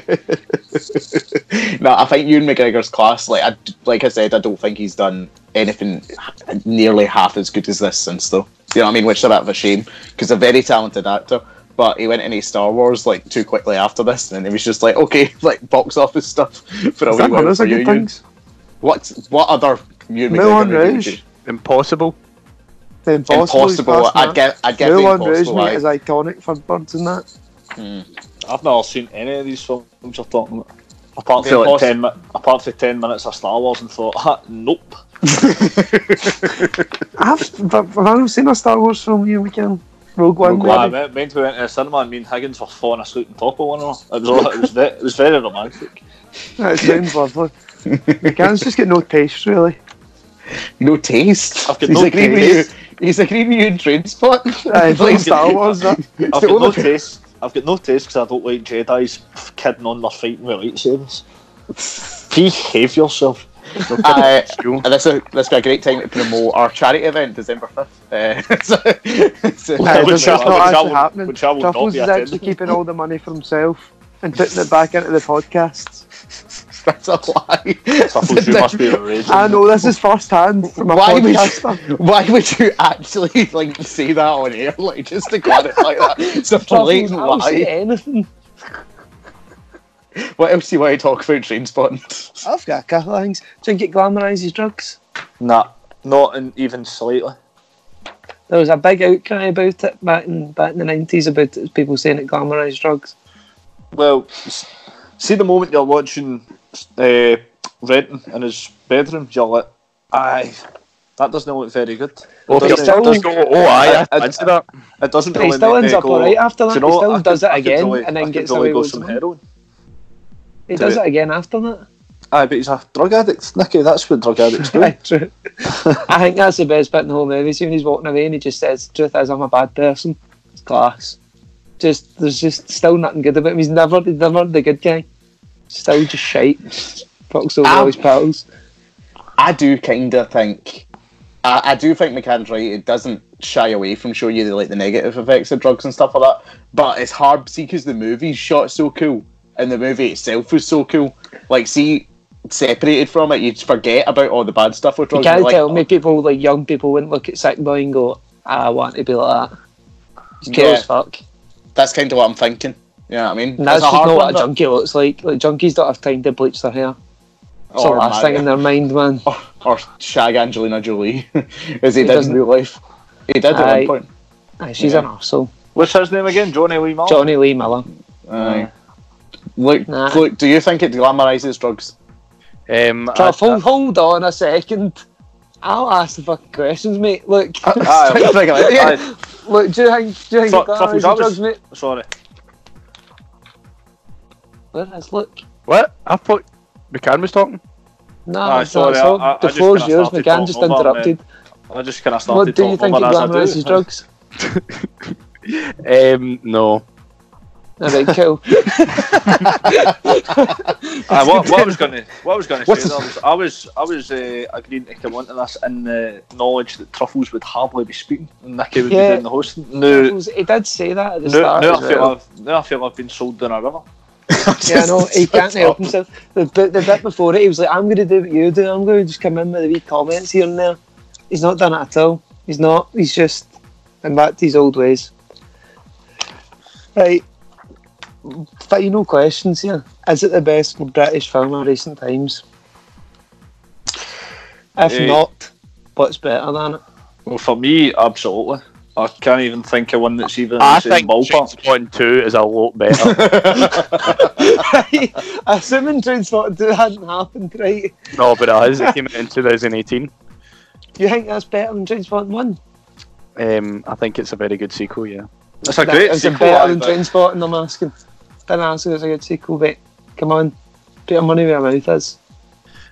Speaker 2: no, I think Ewan McGregor's class. Like I, d- like I said, I don't think he's done anything h- nearly half as good as this since though. You know what I mean? Which is a bit of a shame because a very talented actor. But he went into Star Wars like too quickly after this, and it was just like, okay, <laughs> like box office stuff for a
Speaker 1: Is
Speaker 2: wee
Speaker 1: that one
Speaker 2: while
Speaker 1: of
Speaker 2: for
Speaker 1: the
Speaker 2: you.
Speaker 1: good
Speaker 2: Ewan.
Speaker 1: things?
Speaker 2: What what other Ewan
Speaker 1: Moulin
Speaker 2: McGregor movie?
Speaker 1: Rouge.
Speaker 2: would you-
Speaker 4: Impossible.
Speaker 1: The impossible. is
Speaker 2: Impossible.
Speaker 1: class, man.
Speaker 2: I'd get I'd get the
Speaker 1: Moulin Rouge,
Speaker 2: impossible.
Speaker 1: mate, is
Speaker 2: aye.
Speaker 1: iconic for birds and that.
Speaker 3: I've never seen any of these films you're talking about. Apart
Speaker 2: Feel like
Speaker 3: from, like
Speaker 2: boss-
Speaker 3: 10, mi- apart from 10 minutes of Star Wars and thought, ah, nope.
Speaker 1: I've, I've, I've only seen a Star Wars film here weekend. Rogue One. maybe.
Speaker 2: Rogue
Speaker 3: Nah, when when we went to the cinema and me and Higgins were falling asleep on top of one another. It was, all, it was, ve- it was very romantic.
Speaker 1: That sounds lovely. McCann's just got no taste,
Speaker 3: <laughs>
Speaker 1: really.
Speaker 2: No taste.
Speaker 3: I've got
Speaker 2: he's
Speaker 3: no
Speaker 2: agreed
Speaker 1: taste.
Speaker 2: with you. He's agreed with you in train <laughs> spot.
Speaker 1: I love Star Wars. That.
Speaker 3: <laughs> I've
Speaker 2: the
Speaker 3: got no
Speaker 2: only-
Speaker 3: taste. I've got no taste because I don't like Jedi's kidding on their fighting with lightsabers. Behave yourself.
Speaker 2: Uh, and this will this be a great time to promote our charity event December fifth. Uh, <laughs> so, so-
Speaker 1: Aye,
Speaker 3: Which
Speaker 1: that's
Speaker 3: I-
Speaker 1: not
Speaker 3: which I
Speaker 1: actually
Speaker 3: would-
Speaker 1: happening.
Speaker 3: which I would not
Speaker 1: Truffles
Speaker 3: be
Speaker 1: is
Speaker 3: attending.
Speaker 1: actually keeping all the money for himself and putting it back into the podcast.
Speaker 2: That's a lie.
Speaker 3: Suppose
Speaker 2: <laughs>
Speaker 3: you must be outrageous.
Speaker 1: I know this is first hand from a
Speaker 2: Why would,
Speaker 1: podcaster.
Speaker 2: you, why would you actually like say that on air? Like just to clarify that, it's a <laughs> blatant
Speaker 1: I'll say
Speaker 2: lie.
Speaker 1: anything.
Speaker 2: What else do you want to talk about? Train spot.
Speaker 1: I've got a couple of things. Do you think it glamorises drugs?
Speaker 3: Nah, not in, even slightly.
Speaker 1: There was a big outcry about it back in back in the nineties about it, people saying it glamorised drugs.
Speaker 3: Well, s- see the moment you're watching uh, Renton in his bedroom, you're like, aye, that doesn't look very good. It
Speaker 4: Well,
Speaker 1: But
Speaker 4: if
Speaker 1: he
Speaker 4: you
Speaker 3: doesn't-
Speaker 1: still-
Speaker 4: just go, oh, aye, I
Speaker 3: I-
Speaker 4: fancy that.
Speaker 3: It doesn't
Speaker 1: But
Speaker 3: really
Speaker 1: he still
Speaker 3: make
Speaker 1: ends
Speaker 3: me
Speaker 1: up
Speaker 3: go,
Speaker 1: alright after
Speaker 3: "Do
Speaker 1: that.
Speaker 3: you know
Speaker 1: he
Speaker 3: what,
Speaker 1: still
Speaker 3: I
Speaker 1: does
Speaker 3: could-
Speaker 1: it
Speaker 3: I could
Speaker 1: again
Speaker 3: really-
Speaker 1: and
Speaker 3: I
Speaker 1: then
Speaker 3: could
Speaker 1: gets
Speaker 3: really
Speaker 1: away
Speaker 3: go
Speaker 1: with
Speaker 3: some
Speaker 1: something.
Speaker 3: heroin.
Speaker 1: He does
Speaker 3: do
Speaker 1: it again after that.
Speaker 3: Aye, but he's a drug addict, Nicky. That's what drug
Speaker 2: <laughs>
Speaker 3: addicts do.
Speaker 1: Right, true. I think that's the best bit in the whole movie. See when he's walking away and he just says, "Truth is, I'm a bad person." It's class. Just there's just still nothing good about him. He's never he's never the good guy. Still just shite. <laughs> Fucks over all
Speaker 2: Um,
Speaker 1: his pals.
Speaker 2: I do kind of think. I, I do think McCann's right. It doesn't shy away from showing you the, like the negative effects of drugs and stuff like that. But it's hard see because the movie's shot so cool and the movie itself was so cool. Like see, separated from it, you just forget about all the bad stuff with
Speaker 1: You
Speaker 2: drugs.
Speaker 1: can't
Speaker 2: You're like, "Oh,
Speaker 1: tell me people like young people wouldn't look at sick boy and go, "Ah, "I want to be like that." He's cool
Speaker 2: Yeah.
Speaker 1: as fuck.
Speaker 2: That's kind of what I'm thinking. Yeah, I mean,
Speaker 1: And that's
Speaker 2: It's a
Speaker 1: just
Speaker 2: hard
Speaker 1: not
Speaker 2: one,
Speaker 1: what a
Speaker 2: but-
Speaker 1: junkie looks like. Like junkies don't have time to bleach their hair. It's the
Speaker 2: or
Speaker 1: last thing
Speaker 2: Mario-
Speaker 1: in their mind, man.
Speaker 2: or, Oh, <laughs> or shag Angelina Jolie, <laughs> as he, did
Speaker 1: doesn't-
Speaker 2: in real life. He did at
Speaker 1: Aye.
Speaker 2: one point.
Speaker 1: Aye, she's
Speaker 2: Yeah.
Speaker 1: an arsehole.
Speaker 3: <laughs> What's his name again? Johnny Lee Miller?
Speaker 1: Johnny Lee Miller.
Speaker 2: Aye. Look,
Speaker 1: Nah.
Speaker 2: look. Do you think it glamorizes drugs?
Speaker 4: Um, I-
Speaker 1: Truff, hold, hold on a second. I'll ask the fucking questions, mate. Look,
Speaker 3: Aye, <laughs>
Speaker 2: Trying to think of it.
Speaker 3: aye.
Speaker 1: <laughs> look. Do you think? Do you think Tru-
Speaker 3: Tru- Truffles, I was-
Speaker 1: drugs, mate?
Speaker 3: Sorry.
Speaker 1: Where is look?
Speaker 4: what? I thought McCann was talking.
Speaker 1: No,
Speaker 3: Aye,
Speaker 1: no,
Speaker 3: sorry,
Speaker 1: it's all-
Speaker 3: I- I- I
Speaker 1: the
Speaker 3: just
Speaker 1: floor's
Speaker 3: kinda
Speaker 1: yours.
Speaker 3: started
Speaker 1: McGann just
Speaker 3: talking over,
Speaker 1: interrupted.
Speaker 3: I just kind of started
Speaker 1: What do you
Speaker 3: talking
Speaker 1: think it
Speaker 3: over as I do.
Speaker 1: glamorises
Speaker 3: <laughs>
Speaker 1: drugs?
Speaker 4: Um, no.
Speaker 1: Alright, cool.
Speaker 3: Aye, Uh, what, what I was going to, what I was going to
Speaker 2: What's
Speaker 3: say,
Speaker 2: the-
Speaker 3: there was, I was, I was uh, agreeing to come onto this in the knowledge that Truffles would hardly be speaking, and Nicky would
Speaker 1: Yeah.
Speaker 3: be doing the hosting. No,
Speaker 1: he did say that at the
Speaker 3: no,
Speaker 1: start.
Speaker 3: no,
Speaker 1: as
Speaker 3: I feel
Speaker 1: well.
Speaker 3: I've, no, I feel I've been sold down a river.
Speaker 1: Yeah, I know. He can't help himself. The, bit- the bit before it, he was like, I'm going to do what you do. I'm going to just come in with the wee comments here and there. He's not done it at all. He's not. He's just and back to his old ways. Right. Final questions here. Is it the best British film of recent times? If
Speaker 3: Eh.
Speaker 1: not, what's better than it? <laughs>
Speaker 3: Well, for me, absolutely. I can't even think of one that's even in
Speaker 4: I
Speaker 3: the same
Speaker 4: think
Speaker 3: ballpark.
Speaker 4: one two is a lot better.
Speaker 1: Right. Assuming Transported hadn't happened, right?
Speaker 4: <laughs> no, but it is. It came out in 2018.
Speaker 1: Do you think that's better than Transported 1?
Speaker 4: Um, I think it's a very good sequel. Yeah.
Speaker 3: It's a
Speaker 1: That
Speaker 3: great
Speaker 1: is a
Speaker 3: sequel.
Speaker 1: better than
Speaker 3: aye,
Speaker 1: train spotting, I'm asking. Didn't answer it's a good sequel, but come on. Put your money where your mouth is.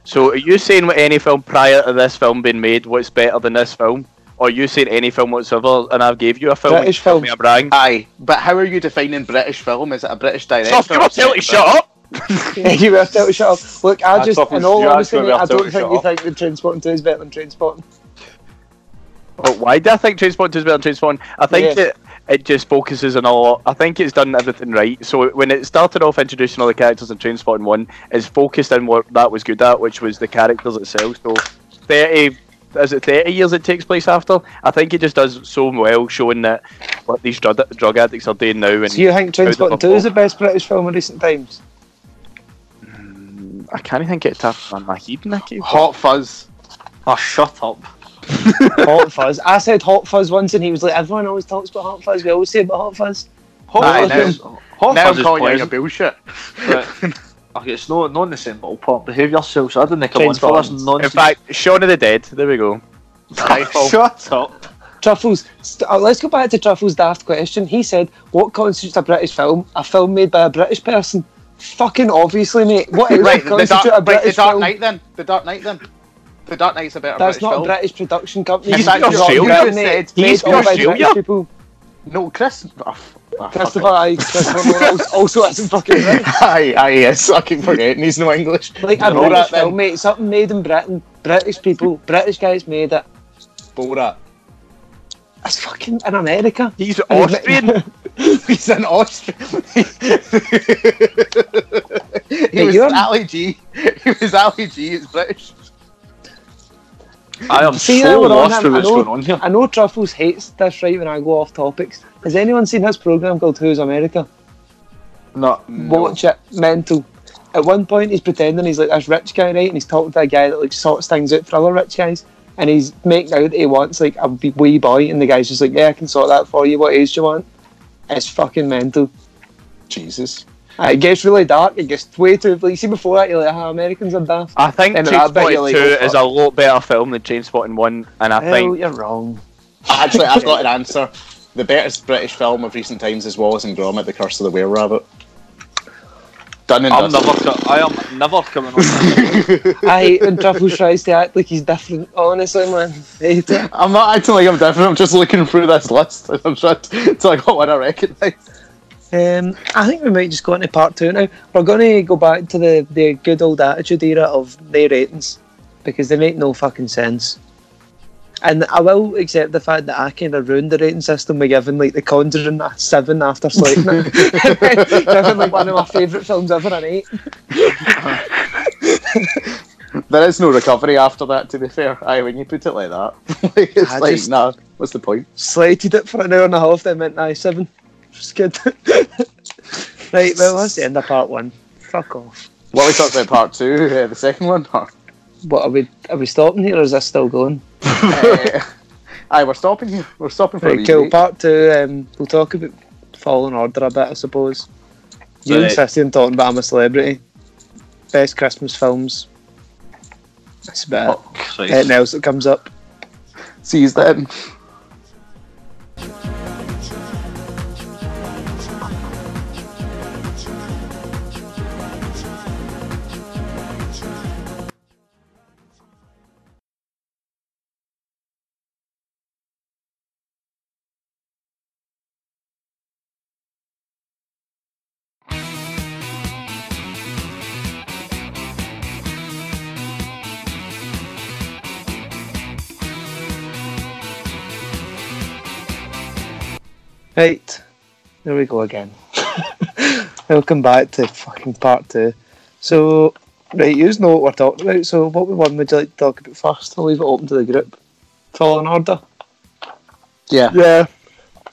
Speaker 4: So, are you saying with any film prior to this film being made, what's better than this film? Or are you saying any film whatsoever, and I've gave you a film? and
Speaker 1: British
Speaker 4: you give
Speaker 1: film.
Speaker 4: Me a brag.
Speaker 2: Aye, but how are you defining British film? Is it a British director?
Speaker 4: Stop! Come on, tell it. Shut up.
Speaker 1: <laughs> you were told to shut up. Look, I
Speaker 3: I
Speaker 1: just,
Speaker 3: thought we-
Speaker 1: in all
Speaker 3: you
Speaker 1: honesty,
Speaker 3: actually
Speaker 1: mate,
Speaker 3: were
Speaker 1: I
Speaker 3: told
Speaker 1: don't
Speaker 3: to
Speaker 1: think
Speaker 3: shut
Speaker 1: you
Speaker 3: up.
Speaker 1: think that train spotting 2 is better than train spotting.
Speaker 4: But why do I think Trainspotting is better than Trainspotting? I think
Speaker 1: Yeah.
Speaker 4: it, it just focuses on all. I think it's done everything right. So when it started off introducing all the characters in Trainspotting One, it's focused on what that was good at, which was the characters itself. So thirty. Is it 30 years it takes place after? I think it just does so well showing that what these drug, drug addicts are doing now. And
Speaker 1: So you think train spotting 2 is the best British film in recent times?
Speaker 4: I can't even get it off on my head, Nicky.
Speaker 2: Hot Fuzz.
Speaker 3: Oh, shut up.
Speaker 1: Hot Fuzz. I said Hot Fuzz once and he was like, everyone always talks about Hot Fuzz. We always say about Hot Fuzz.
Speaker 3: Hot
Speaker 2: Aye,
Speaker 3: Fuzz
Speaker 2: now-
Speaker 3: is- Hot
Speaker 2: Now
Speaker 3: Fuzz
Speaker 2: I'm
Speaker 3: is
Speaker 2: calling you on your
Speaker 3: pleasant,
Speaker 2: bullshit.
Speaker 3: but- <laughs> Okay, it's not, not in the same ballpark. Behave yourselves. I didn't come on for
Speaker 1: Trainspotting.
Speaker 3: this nonsense.
Speaker 4: In fact, Shaun of the Dead. There
Speaker 2: <laughs>
Speaker 4: we go.
Speaker 2: Skyfall.
Speaker 3: <laughs> shut up.
Speaker 1: Truffles. St- uh, let's go back to Truffles' daft question. He said, what constitutes a British film? A film made by a British person. Fucking obviously, mate.
Speaker 2: <laughs>
Speaker 1: What else right,
Speaker 2: Right, the dark,
Speaker 1: constitutes a
Speaker 2: right,
Speaker 1: British
Speaker 2: the dark
Speaker 1: film?
Speaker 2: Knight then. The Dark Knight then. The Dark Knight's a better
Speaker 1: That's
Speaker 2: British
Speaker 1: not
Speaker 2: film.
Speaker 1: a British production company.
Speaker 4: He's
Speaker 1: That's
Speaker 4: from
Speaker 1: not
Speaker 4: Australia.
Speaker 1: Australian, mate.
Speaker 4: He's
Speaker 1: Made
Speaker 4: from
Speaker 1: all by
Speaker 4: Australia. Ah,
Speaker 1: British people.
Speaker 2: no, Chris. Oh, f- oh, fuck
Speaker 1: Christopher,
Speaker 2: off.
Speaker 1: aye, Christopher Nolan also- also isn't fucking British.
Speaker 2: aye, aye, yes. I keep forgetting he's no English.
Speaker 1: Like a
Speaker 2: Borat
Speaker 1: British
Speaker 2: then.
Speaker 1: film, mate. Something made in Britain. British people, British guys made it.
Speaker 2: Borat.
Speaker 1: That's fucking in America.
Speaker 4: He's Austrian.
Speaker 2: <laughs> He's an Austrian.
Speaker 1: <laughs>
Speaker 2: he was
Speaker 1: you're-
Speaker 2: Ali G. <laughs> He was Ali G. It's British.
Speaker 4: I am
Speaker 1: See, now
Speaker 4: so
Speaker 1: we're on
Speaker 4: lost
Speaker 1: him,
Speaker 4: with
Speaker 1: I
Speaker 4: what's
Speaker 1: know.
Speaker 4: going on here.
Speaker 1: <laughs> I know Truffles hates this, right, when I go off topics. Has anyone seen his programme called Who's America?
Speaker 2: No,
Speaker 1: Watch it. Mental. At one point, he's pretending he's like this rich guy, right? And he's talking to a guy that like sorts things out for other rich guys. And he's making out that he wants like a wee- wee boy, and the guy's just like, "Yeah, I can sort that for you. What age do you want?" It's fucking mental.
Speaker 2: Jesus.
Speaker 1: Uh, It gets really dark. It gets way too. Like, you see before that, you're like, "Ah, Americans are daft."
Speaker 4: I think
Speaker 1: And I
Speaker 4: James
Speaker 1: bet you're
Speaker 4: Bond
Speaker 1: like,
Speaker 4: 2
Speaker 1: oh, fuck.
Speaker 4: is a lot better film than James Bond 1, and I
Speaker 1: Hell,
Speaker 4: think
Speaker 1: you're wrong.
Speaker 2: Actually, I've got an answer. The best British film of recent times is Wallace and Gromit: The Curse of the Were Rabbit. Done and
Speaker 4: I'm
Speaker 2: dusted.
Speaker 4: never, co- I am never coming on.
Speaker 1: I hate when Truffles tries to act like he's different. Honestly, man, <laughs> I hate it.
Speaker 2: <laughs> I'm not acting like I'm different. I'm just looking through this list <laughs> and I'm trying to, till I got one I recognise.
Speaker 1: Um, I think we might just go into part two now. We're going to go back to the, the good old attitude era of their ratings because they make no fucking sense. And I will accept the fact that I kind of ruined the rating system by giving like The Conjuring a seven after slating it, <laughs> giving like one of my favourite films ever an eight.
Speaker 2: There is no recovery after that. To be fair, aye, when you put it like that, <laughs> like, it's
Speaker 1: I
Speaker 2: like
Speaker 1: just-
Speaker 2: nah. What's the point?
Speaker 1: Slated it for an hour and a half, then went nine seven. Just good. <laughs> right, well that's the end of part one. Fuck off.
Speaker 2: Well, we talked about part two, uh, the second one.
Speaker 1: What are we? Are we stopping here, or is this still going?
Speaker 2: Uh, aye, we're stopping here. We're stopping for a
Speaker 1: Right,
Speaker 2: wee
Speaker 1: cool.
Speaker 2: break.
Speaker 1: Part two, um, we'll talk about Fallen Order a bit, I suppose. You
Speaker 4: Right.
Speaker 1: insisted on talking about I'm a Celebrity. Best Christmas films. That's about
Speaker 4: Oh,
Speaker 1: it.
Speaker 4: Christ.
Speaker 1: Anything else that comes up?
Speaker 2: See
Speaker 1: <laughs>
Speaker 2: you then.
Speaker 1: Right, there we go again. <laughs> Welcome back to fucking part two. So, right, you know what we're talking about. So, what one would you like to talk about first? I'll leave it open to the group. Fallen Order.
Speaker 2: Yeah.
Speaker 1: Yeah.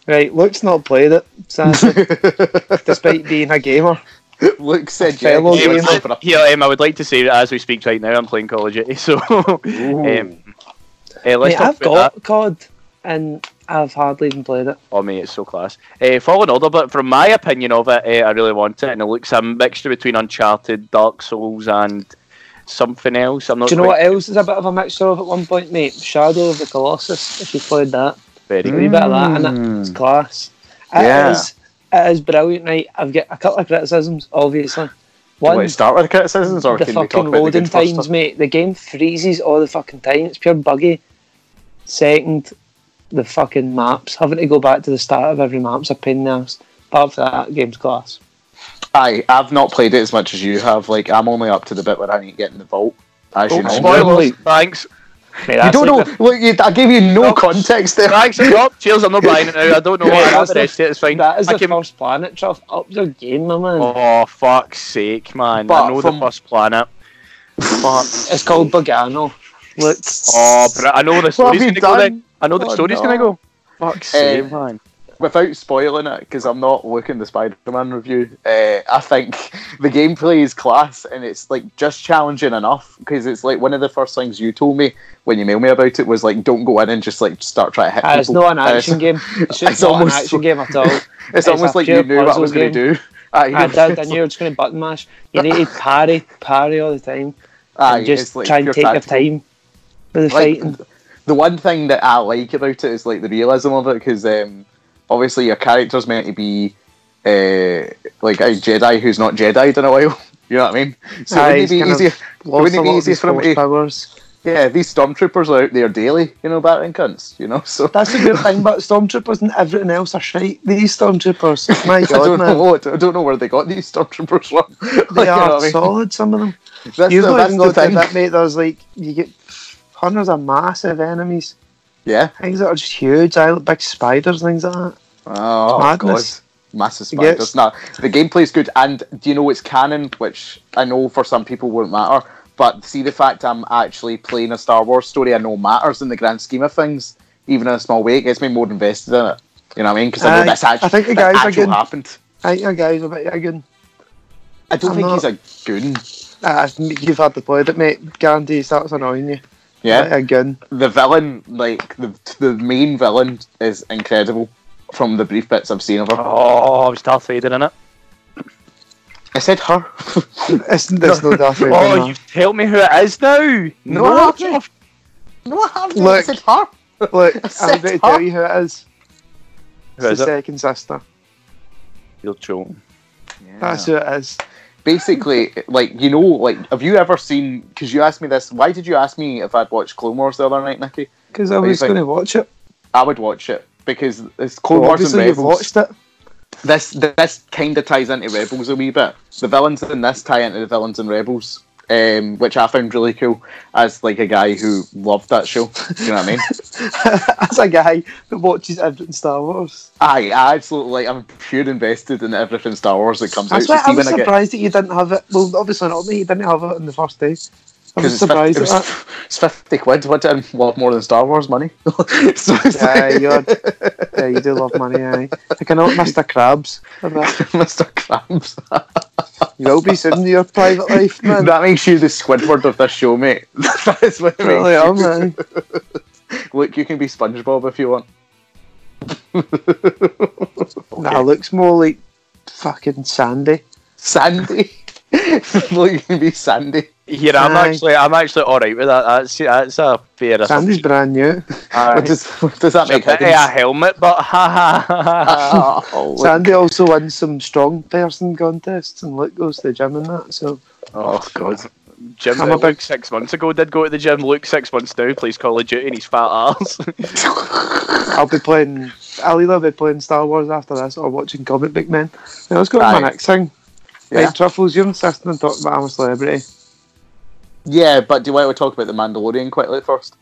Speaker 1: Right, Luke's not played it, sadly, <laughs> despite being a gamer.
Speaker 2: Luke said yeah.
Speaker 1: Fellow
Speaker 2: he was
Speaker 1: gamer.
Speaker 2: up for a-
Speaker 4: Here, um, I would like to say that as we speak right now, I'm playing Call of Duty. <laughs> So, um, eh, let's
Speaker 1: Mate,
Speaker 4: talk
Speaker 1: I've
Speaker 4: about
Speaker 1: got
Speaker 4: that.
Speaker 1: COD and I've hardly even played it.
Speaker 4: Oh, mate, it's so class. Uh, Fallen Order, but from my opinion of it, eh, I really want it, and it looks a mixture between Uncharted, Dark Souls, and something else. I'm not.
Speaker 1: Do you know
Speaker 4: quite
Speaker 1: what else is a bit of a mixture of at one point, mate? Shadow of the Colossus, if you played that.
Speaker 4: Very
Speaker 1: A
Speaker 4: good.
Speaker 1: wee bit of that in it.
Speaker 4: Mm.
Speaker 1: It's class. It
Speaker 2: Yeah.
Speaker 1: is- it is brilliant, right? I've got a couple of criticisms, obviously.
Speaker 2: Want
Speaker 1: One,
Speaker 2: to start with criticisms, or
Speaker 1: the
Speaker 2: can we talk
Speaker 1: fucking
Speaker 2: about the
Speaker 1: loading
Speaker 2: good first?
Speaker 1: times, mate. The game freezes all the fucking time. It's pure buggy. Second, the fucking maps. Having to go back to the start of every map's a pain in the ass. Apart from that, game's class.
Speaker 2: Aye, I've not played it as much as you have. Like, I'm only up to the bit where I need to get in the vault. As you
Speaker 4: Oh,
Speaker 2: know,
Speaker 4: spoilers. Thanks.
Speaker 1: Mate,
Speaker 2: You
Speaker 1: that's
Speaker 2: don't
Speaker 1: like
Speaker 2: know.
Speaker 1: the-
Speaker 2: Look, you, I gave you no context there.
Speaker 4: Thanks. Oh, cheers. I'm not buying it now. I
Speaker 1: <laughs>
Speaker 4: don't know
Speaker 1: Mate,
Speaker 4: what
Speaker 1: that's
Speaker 4: I said. It's fine.
Speaker 1: That is
Speaker 4: I
Speaker 1: the
Speaker 4: can-
Speaker 1: first planet, Truff. Up your game, my man.
Speaker 4: Oh, fuck's sake, man.
Speaker 2: But
Speaker 4: I know
Speaker 2: from-
Speaker 4: the first planet. Fuck.
Speaker 1: It's called Bogano. Look,
Speaker 4: Oh, br- I
Speaker 2: <laughs>
Speaker 4: know the
Speaker 2: What have you
Speaker 4: story's going to go
Speaker 2: done?
Speaker 4: then. I know the
Speaker 2: Oh,
Speaker 4: story's
Speaker 2: no.
Speaker 4: going to go. Fuck's sake,
Speaker 2: Eh,
Speaker 4: man.
Speaker 2: Without spoiling it, because I'm not looking the Spider-Man review. Uh, I think the gameplay is class, and it's like just challenging enough. Because it's like one of the first things you told me when you mailed me about it was like, don't go in and just like start trying to hit.
Speaker 1: ah, it's
Speaker 2: people.
Speaker 1: not an
Speaker 2: Uh,
Speaker 1: <laughs>
Speaker 2: it's-
Speaker 1: action game. It's just
Speaker 2: it's
Speaker 1: not
Speaker 2: almost
Speaker 1: an action
Speaker 2: so-
Speaker 1: game at <laughs> all.
Speaker 2: It's,
Speaker 1: It's
Speaker 2: almost
Speaker 1: a
Speaker 2: like
Speaker 1: pure
Speaker 2: you knew what I
Speaker 1: puzzle
Speaker 2: was going
Speaker 1: game.
Speaker 2: to do. <laughs> Aye,
Speaker 1: I did, and you're just going to button mash. You need <laughs> to parry, parry all the time,
Speaker 2: aye,
Speaker 1: and just
Speaker 2: Ah, it's, like,
Speaker 1: try and
Speaker 2: pure
Speaker 1: take
Speaker 2: tactical.
Speaker 1: your time with the
Speaker 2: Like,
Speaker 1: fighting.
Speaker 2: the one thing that I like about it is like the realism of it because um, obviously your character's meant to be uh, like a Jedi who's not Jedi in a while. <laughs> You know what I mean? So
Speaker 1: Aye,
Speaker 2: wouldn't it
Speaker 1: Ah, he's
Speaker 2: be
Speaker 1: kind of
Speaker 2: easier?
Speaker 1: Lost
Speaker 2: wouldn't
Speaker 1: a
Speaker 2: it be
Speaker 1: lot of
Speaker 2: easier
Speaker 1: his
Speaker 2: for him
Speaker 1: force
Speaker 2: to-
Speaker 1: powers.
Speaker 2: <laughs> Yeah, these stormtroopers are out there daily, you know, battering cunts. You know, so <laughs>
Speaker 1: That's the good thing about stormtroopers and everything else are shite. These <laughs> stormtroopers, my
Speaker 2: I don't
Speaker 1: god, man,
Speaker 2: know. I don't know where they got these stormtroopers from. <laughs> Like,
Speaker 1: they
Speaker 2: you know
Speaker 1: are
Speaker 2: what I mean?
Speaker 1: solid. Some of them.
Speaker 2: That's
Speaker 1: You've
Speaker 2: the,
Speaker 1: not
Speaker 2: that's
Speaker 1: even
Speaker 2: the
Speaker 1: got to
Speaker 2: thing.
Speaker 1: that, mate. There's like you get hundreds of massive enemies.
Speaker 2: Yeah.
Speaker 1: Things that are just huge. I big spiders, and things like that.
Speaker 2: Oh
Speaker 1: Madness.
Speaker 2: god. My suspect
Speaker 1: Yes.
Speaker 2: it's not. The gameplay's good, and do you know it's canon, which I know for some people won't matter. But see, the fact I'm actually playing a Star Wars story, I know matters in the grand scheme of things, even in a small way. It gets me more invested in it. You know what I mean? Because I know
Speaker 1: Aye,
Speaker 2: that's actually
Speaker 1: I think the
Speaker 2: that
Speaker 1: guys are
Speaker 2: actually
Speaker 1: good.
Speaker 2: happened.
Speaker 1: I think that guy's a bit again.
Speaker 2: I don't
Speaker 1: I'm
Speaker 2: think
Speaker 1: not-
Speaker 2: he's a goon.
Speaker 1: Uh, you've had to play it, mate. Gandhi starts annoying you.
Speaker 2: Yeah,
Speaker 1: Again.
Speaker 2: the villain, like the the main villain, is incredible from the brief bits I've seen of her.
Speaker 4: Oh, I was Darth Vader in it.
Speaker 2: I said her. <laughs>
Speaker 1: It's, there's no,
Speaker 4: <laughs>
Speaker 1: Darth Vader.
Speaker 4: Oh,
Speaker 1: no.
Speaker 4: you've told me who it is now.
Speaker 2: No, I haven't.
Speaker 4: Jeff.
Speaker 2: no, I haven't. I
Speaker 1: Look.
Speaker 2: said her.
Speaker 1: Look, I'm going
Speaker 2: said
Speaker 1: to
Speaker 2: her.
Speaker 1: tell you who it is. It's
Speaker 4: Who is
Speaker 1: the
Speaker 4: it?
Speaker 1: second sister.
Speaker 4: You're joking.
Speaker 1: That's who it is.
Speaker 2: basically like you know like have you ever seen because you asked me this why did you ask me if i'd watched clone wars the other night nikki
Speaker 1: Because I
Speaker 2: What do you
Speaker 1: was
Speaker 2: think?
Speaker 1: going to watch it.
Speaker 2: i would watch it because it's clone
Speaker 1: Well,
Speaker 2: wars and
Speaker 1: obviously, you've
Speaker 2: rebels
Speaker 1: watched it.
Speaker 2: this this kind of ties into rebels a wee bit the villains in this tie into the villains in rebels um, which I found really cool as like a guy who loved that show. <laughs> Do you
Speaker 1: <laughs>
Speaker 2: know what I mean?
Speaker 1: As a guy that watches everything Star Wars.
Speaker 2: I, I absolutely like I'm pure invested in everything Star Wars that comes
Speaker 1: That's why
Speaker 2: out. So
Speaker 1: I
Speaker 2: see
Speaker 1: was
Speaker 2: when get-
Speaker 1: surprised that you didn't have it. Well, obviously not me. You didn't have it on the first day. I was
Speaker 2: Because it's, fif-
Speaker 1: surprised at
Speaker 2: it was, <laughs>
Speaker 1: that.
Speaker 2: it's 50 quid, which I love more than Star Wars money. <laughs> so it's
Speaker 1: Yeah,
Speaker 2: like-
Speaker 1: you're, yeah, you do love money, aye. I cannot Mr. Krabs. for that.
Speaker 2: <laughs> Mr. Krabs.
Speaker 1: You will be soon in your private life, <laughs> man.
Speaker 2: that makes you the Squidward of this show, mate. <laughs> that is what it
Speaker 1: Really am,
Speaker 2: makes you.
Speaker 1: man.
Speaker 2: Look, you can be SpongeBob if
Speaker 1: <laughs>
Speaker 2: you want.
Speaker 1: Nah, looks more like fucking Sandy.
Speaker 2: <laughs> Sandy. <laughs> Look, you can be Sandy.
Speaker 4: Here, I'm
Speaker 1: Aye.
Speaker 4: actually, I'm actually all right with that. That's that's a fair.
Speaker 1: Sandy's brand new.
Speaker 2: What does, what does that make
Speaker 4: Should be a
Speaker 2: Higgins?
Speaker 4: helmet, but ha ha ha.
Speaker 2: <laughs> Oh, look.
Speaker 1: Sandy also wins some strong person contests and Luke goes to the gym and that. So
Speaker 2: oh God.
Speaker 4: Jim,
Speaker 1: I'm a
Speaker 4: Luke six months ago did go to the gym. Luke six months now plays Call of Duty and he's fat arse.
Speaker 1: I'll be playing. I'll either be playing Star Wars after this or watching comic book men. Now let's go to my
Speaker 2: Aye.
Speaker 1: next thing.
Speaker 2: Yeah.
Speaker 1: Right, Truffles, you're insisting on talking about I'm a celebrity.
Speaker 2: Yeah, but do you want to talk about The Mandalorian quickly first?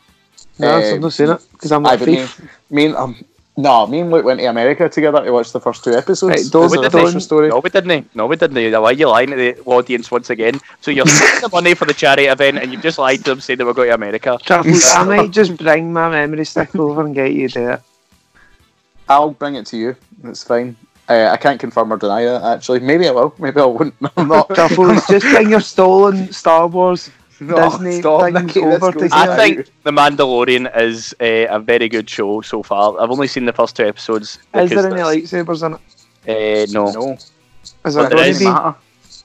Speaker 1: No,
Speaker 2: Um,
Speaker 1: I've not seen it because I'm a
Speaker 2: I've been,
Speaker 1: thief.
Speaker 2: me and, um, no, me and Luke went to America together to watch the first two episodes.
Speaker 1: Right, don't-
Speaker 2: Is it
Speaker 1: don't-
Speaker 2: a different story.
Speaker 4: No, we didn't. No, we didn't. Why are you lying to the audience once again? So you're spending the money for the charity event and you've just lied to them saying they were going to America.
Speaker 1: Truffles,
Speaker 4: <laughs>
Speaker 1: I might just bring my memory stick over and get you there.
Speaker 2: I'll bring it to you. That's fine. Uh, I can't confirm or deny that. Actually, maybe I will. Maybe I won't. <laughs> I'm not.
Speaker 1: <laughs>
Speaker 4: <laughs>
Speaker 1: Truffles, just bring your stolen Star Wars.
Speaker 2: No,
Speaker 1: Disney
Speaker 2: stop,
Speaker 1: things
Speaker 2: Nicky, this
Speaker 1: over
Speaker 2: goes
Speaker 1: to-
Speaker 4: I
Speaker 2: out.
Speaker 4: think The Mandalorian is uh, a, a very good show so far. I've only seen the first two episodes.
Speaker 1: Is there
Speaker 4: because
Speaker 1: any lightsabers in it?
Speaker 4: that's- Uh, no.
Speaker 2: No.
Speaker 1: Is
Speaker 4: Well,
Speaker 1: there
Speaker 4: there
Speaker 1: going
Speaker 4: is.
Speaker 1: to be?
Speaker 3: 啊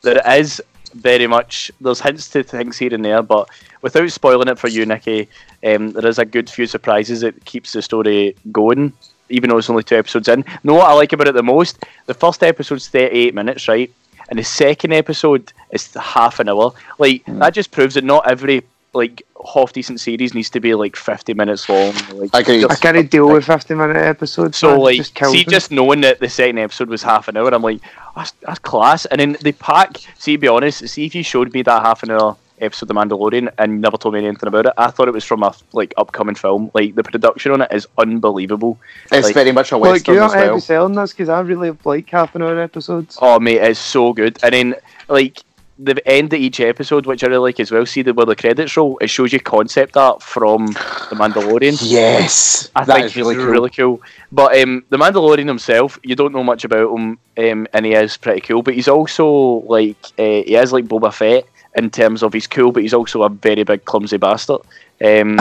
Speaker 4: There is very much. There's hints to things here and there, but without spoiling it for you, Nikki, um, there is a good few surprises that keeps the story going, even though it's only two episodes in. You know what I like about it the most? The first episode's 38 minutes, right? And the second episode is half an hour. Like that just proves that not every like half decent series needs to be like 50 minutes long. Like,
Speaker 2: Agreed.
Speaker 1: I can't deal with 50 minute episodes.
Speaker 4: so
Speaker 1: man.
Speaker 4: like,
Speaker 1: just kills
Speaker 4: see,
Speaker 1: me.
Speaker 4: just knowing that the second episode was half an hour, I'm like, that's, that's class. And then they pack. See, to be honest, see if you showed me that half an hour episode of Mandalorian and never told me anything about it, I thought it was from a like upcoming film. Like the production on it is unbelievable.
Speaker 2: It's
Speaker 4: Like-
Speaker 2: very much a
Speaker 1: Look,
Speaker 2: western
Speaker 1: you're
Speaker 2: as
Speaker 1: not
Speaker 2: well.
Speaker 1: well. selling this because I really like half an hour episodes.
Speaker 4: Oh mate, it's so good. And then like the end of each episode, which I really like as well. See the where the credits roll, it shows you concept art from
Speaker 2: <laughs>
Speaker 4: the Mandalorian.
Speaker 2: Yes,
Speaker 4: I
Speaker 2: that
Speaker 4: think
Speaker 2: is really
Speaker 4: he's
Speaker 2: cool.
Speaker 4: really cool. But um, the Mandalorian himself, you don't know much about him, um, and he is pretty cool. But he's also like uh, he is like Boba Fett in terms of he's cool, but he's also a very big clumsy bastard. Um,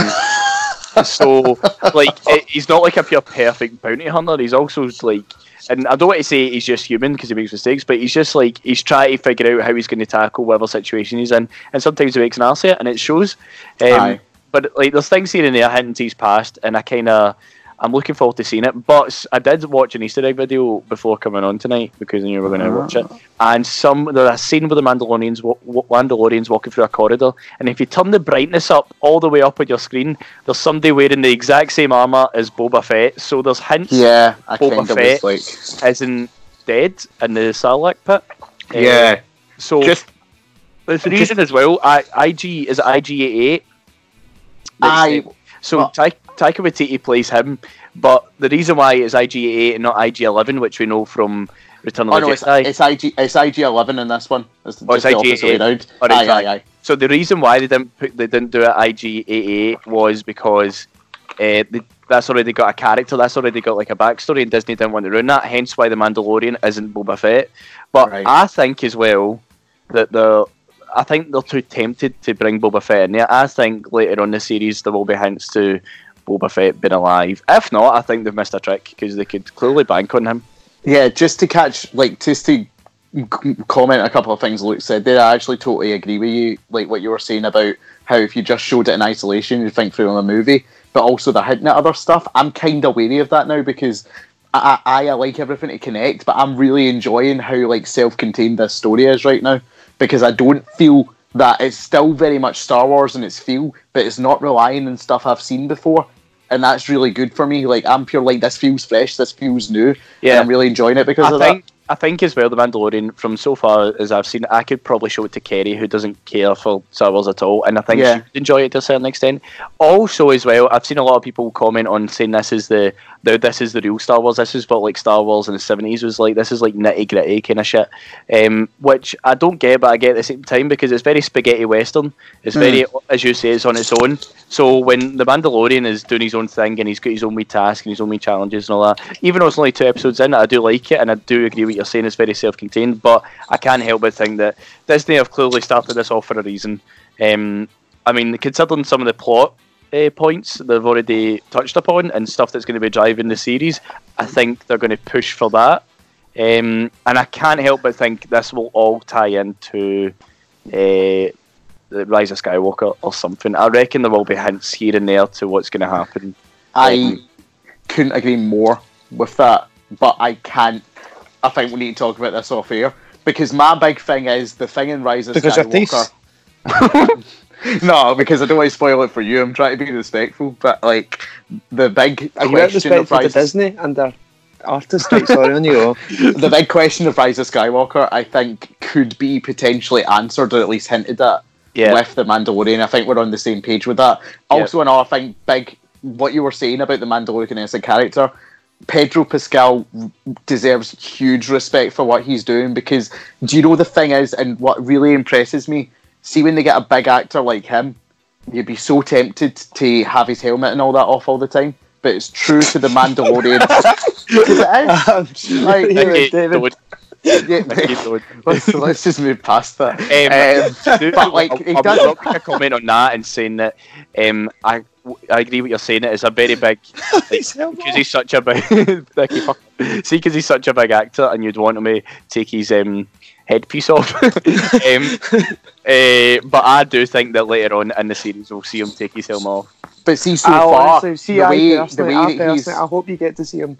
Speaker 4: so like it, he's not like a pure perfect bounty hunter. He's also like. And I don't want to say he's just human because he makes mistakes, but he's just like he's trying to figure out how he's going to tackle whatever situation he's in, and sometimes he makes an arse of it, and it shows. Um,
Speaker 2: Aye.
Speaker 4: but like there's things here and there hinting to his past, and I kind of I'm looking forward to seeing it. But s- I did watch an Easter egg video before coming on tonight because I knew we were going to watch it. And some there's a scene where the Mandalorians wa- wa- Mandalorians walking through a corridor, and if you turn the brightness up all the way up on your screen, there's somebody wearing the exact same armor as Boba Fett. So there's hints
Speaker 2: Yeah, I
Speaker 4: Boba
Speaker 2: kind of
Speaker 4: Fett.
Speaker 2: was like,
Speaker 4: as in dead in the Sarlacc pit. Uh,
Speaker 2: yeah,
Speaker 4: So
Speaker 2: just
Speaker 4: there's the reason as well. I, IG is it IG88.
Speaker 2: I.
Speaker 4: So
Speaker 2: Well-
Speaker 4: Ta- Taika Waititi plays him, but the reason why it's IG88 and not IG11, which we know from Return of
Speaker 2: Oh
Speaker 4: the
Speaker 2: no, it's,
Speaker 4: Jedi.
Speaker 2: it's IG it's IG eleven in this one. It's
Speaker 4: Oh,
Speaker 2: just
Speaker 4: it's
Speaker 2: the
Speaker 4: IG
Speaker 2: opposite way round.
Speaker 4: Or
Speaker 2: aye,
Speaker 4: is
Speaker 2: aye, aye.
Speaker 4: So the reason why they didn't put, they didn't do it IG88 was because uh, they, that's already got a character, that's already got like a backstory, and Disney didn't want to ruin that. Hence why the Mandalorian isn't Boba Fett. But
Speaker 2: Right.
Speaker 4: I think as well that the I think they're too tempted to bring Boba Fett in there. I think later on in the series there will be hints to Boba Fett being alive. If not, I think they've missed a trick because they could clearly bank on him.
Speaker 2: Yeah, just to catch, like, just to c- comment a couple of things Luke said there, I actually totally agree with you, like, what you were saying about how if you just showed it in isolation, you'd think through on a movie, but also they're hinting at other stuff. I'm kind of wary of that now because I, I, I like everything to connect, but I'm really enjoying how, like, self contained this story is right now because I don't feel that it's still very much Star Wars in its feel, but it's not relying on stuff I've seen before. And that's really good for me. Like I'm pure like this feels fresh, this feels new.
Speaker 4: Yeah.
Speaker 2: And I'm really enjoying it because
Speaker 4: I
Speaker 2: of
Speaker 4: think I think as well the Mandalorian from so far as I've seen, I could probably show it to Kerry who doesn't care for Star Wars at all, and I think
Speaker 2: Yeah.
Speaker 4: she would enjoy it to a certain extent. Also, as well, I've seen a lot of people comment on saying this is the, the this is the real Star Wars. This is what like Star Wars in the seventies was like. This is like nitty gritty kind of shit, um, which I don't get, but I get at the same time because it's very spaghetti western. It's very as you say, it's on its own. So when the Mandalorian is doing his own thing and he's got his own wee task and his own wee challenges and all that, even though it's only two episodes in, I do like it and I do agree with what you're saying. It's very self-contained, but I can't help but think that Disney have clearly started this off for a reason. Um, I mean, considering some of the plot uh, points they've already touched upon and stuff that's going to be driving the series, I think they're going to push for that. Um, and I can't help but think this will all tie into uh, the Rise of Skywalker or something. I reckon there will be hints here and there to what's going to happen.
Speaker 2: I couldn't agree more with that, but I can't. I think we need to talk about this off air because my big thing is the thing in Rise of
Speaker 1: Because your
Speaker 2: Skywalker. <laughs> no, because I don't want to spoil it for you. I'm trying to be respectful, but like the big
Speaker 1: I got
Speaker 2: question
Speaker 1: respect
Speaker 2: of
Speaker 1: for the
Speaker 2: Rise,
Speaker 1: Disney and their artist rights. Sorry on you.
Speaker 2: <laughs>
Speaker 1: all.
Speaker 2: the big question of Rise of Skywalker, I think could be potentially answered or at least hinted at
Speaker 4: Yeah,
Speaker 2: with the Mandalorian. I think we're on the same page with that. Also, another thing, big what you were saying about the Mandalorian as a character. Pedro Pascal deserves huge respect for what he's doing because do you know the thing is, and what really impresses me, see when they get a big actor like him, you'd be so tempted to have his helmet and all that off all the time. But it's true to the Mandalorian. 'Cause <laughs> it is.
Speaker 1: I'm sorry,
Speaker 2: Like,
Speaker 4: Okay,
Speaker 1: David.
Speaker 4: David.
Speaker 2: Yeah,
Speaker 4: Okay, David.
Speaker 2: <laughs> let's, let's just move past that.
Speaker 4: <laughs> Um, <laughs>
Speaker 2: Um, but like,
Speaker 4: I,
Speaker 2: he
Speaker 4: I
Speaker 2: does.
Speaker 4: would like to comment on that and saying that um, I I agree with you're saying. It is a very big because he's such a big <laughs> Dicky fuck. see because he's such a big actor and you'd want him to take his um, headpiece off. <laughs> um, <laughs> eh, but I do think that later on in the series we'll see him take his helmet off.
Speaker 2: But see, so
Speaker 1: I
Speaker 2: far,
Speaker 1: honestly, see,
Speaker 2: the
Speaker 1: I
Speaker 2: way, the
Speaker 1: personally,
Speaker 2: way
Speaker 1: I,
Speaker 2: that he's
Speaker 1: personally, I hope you get to see him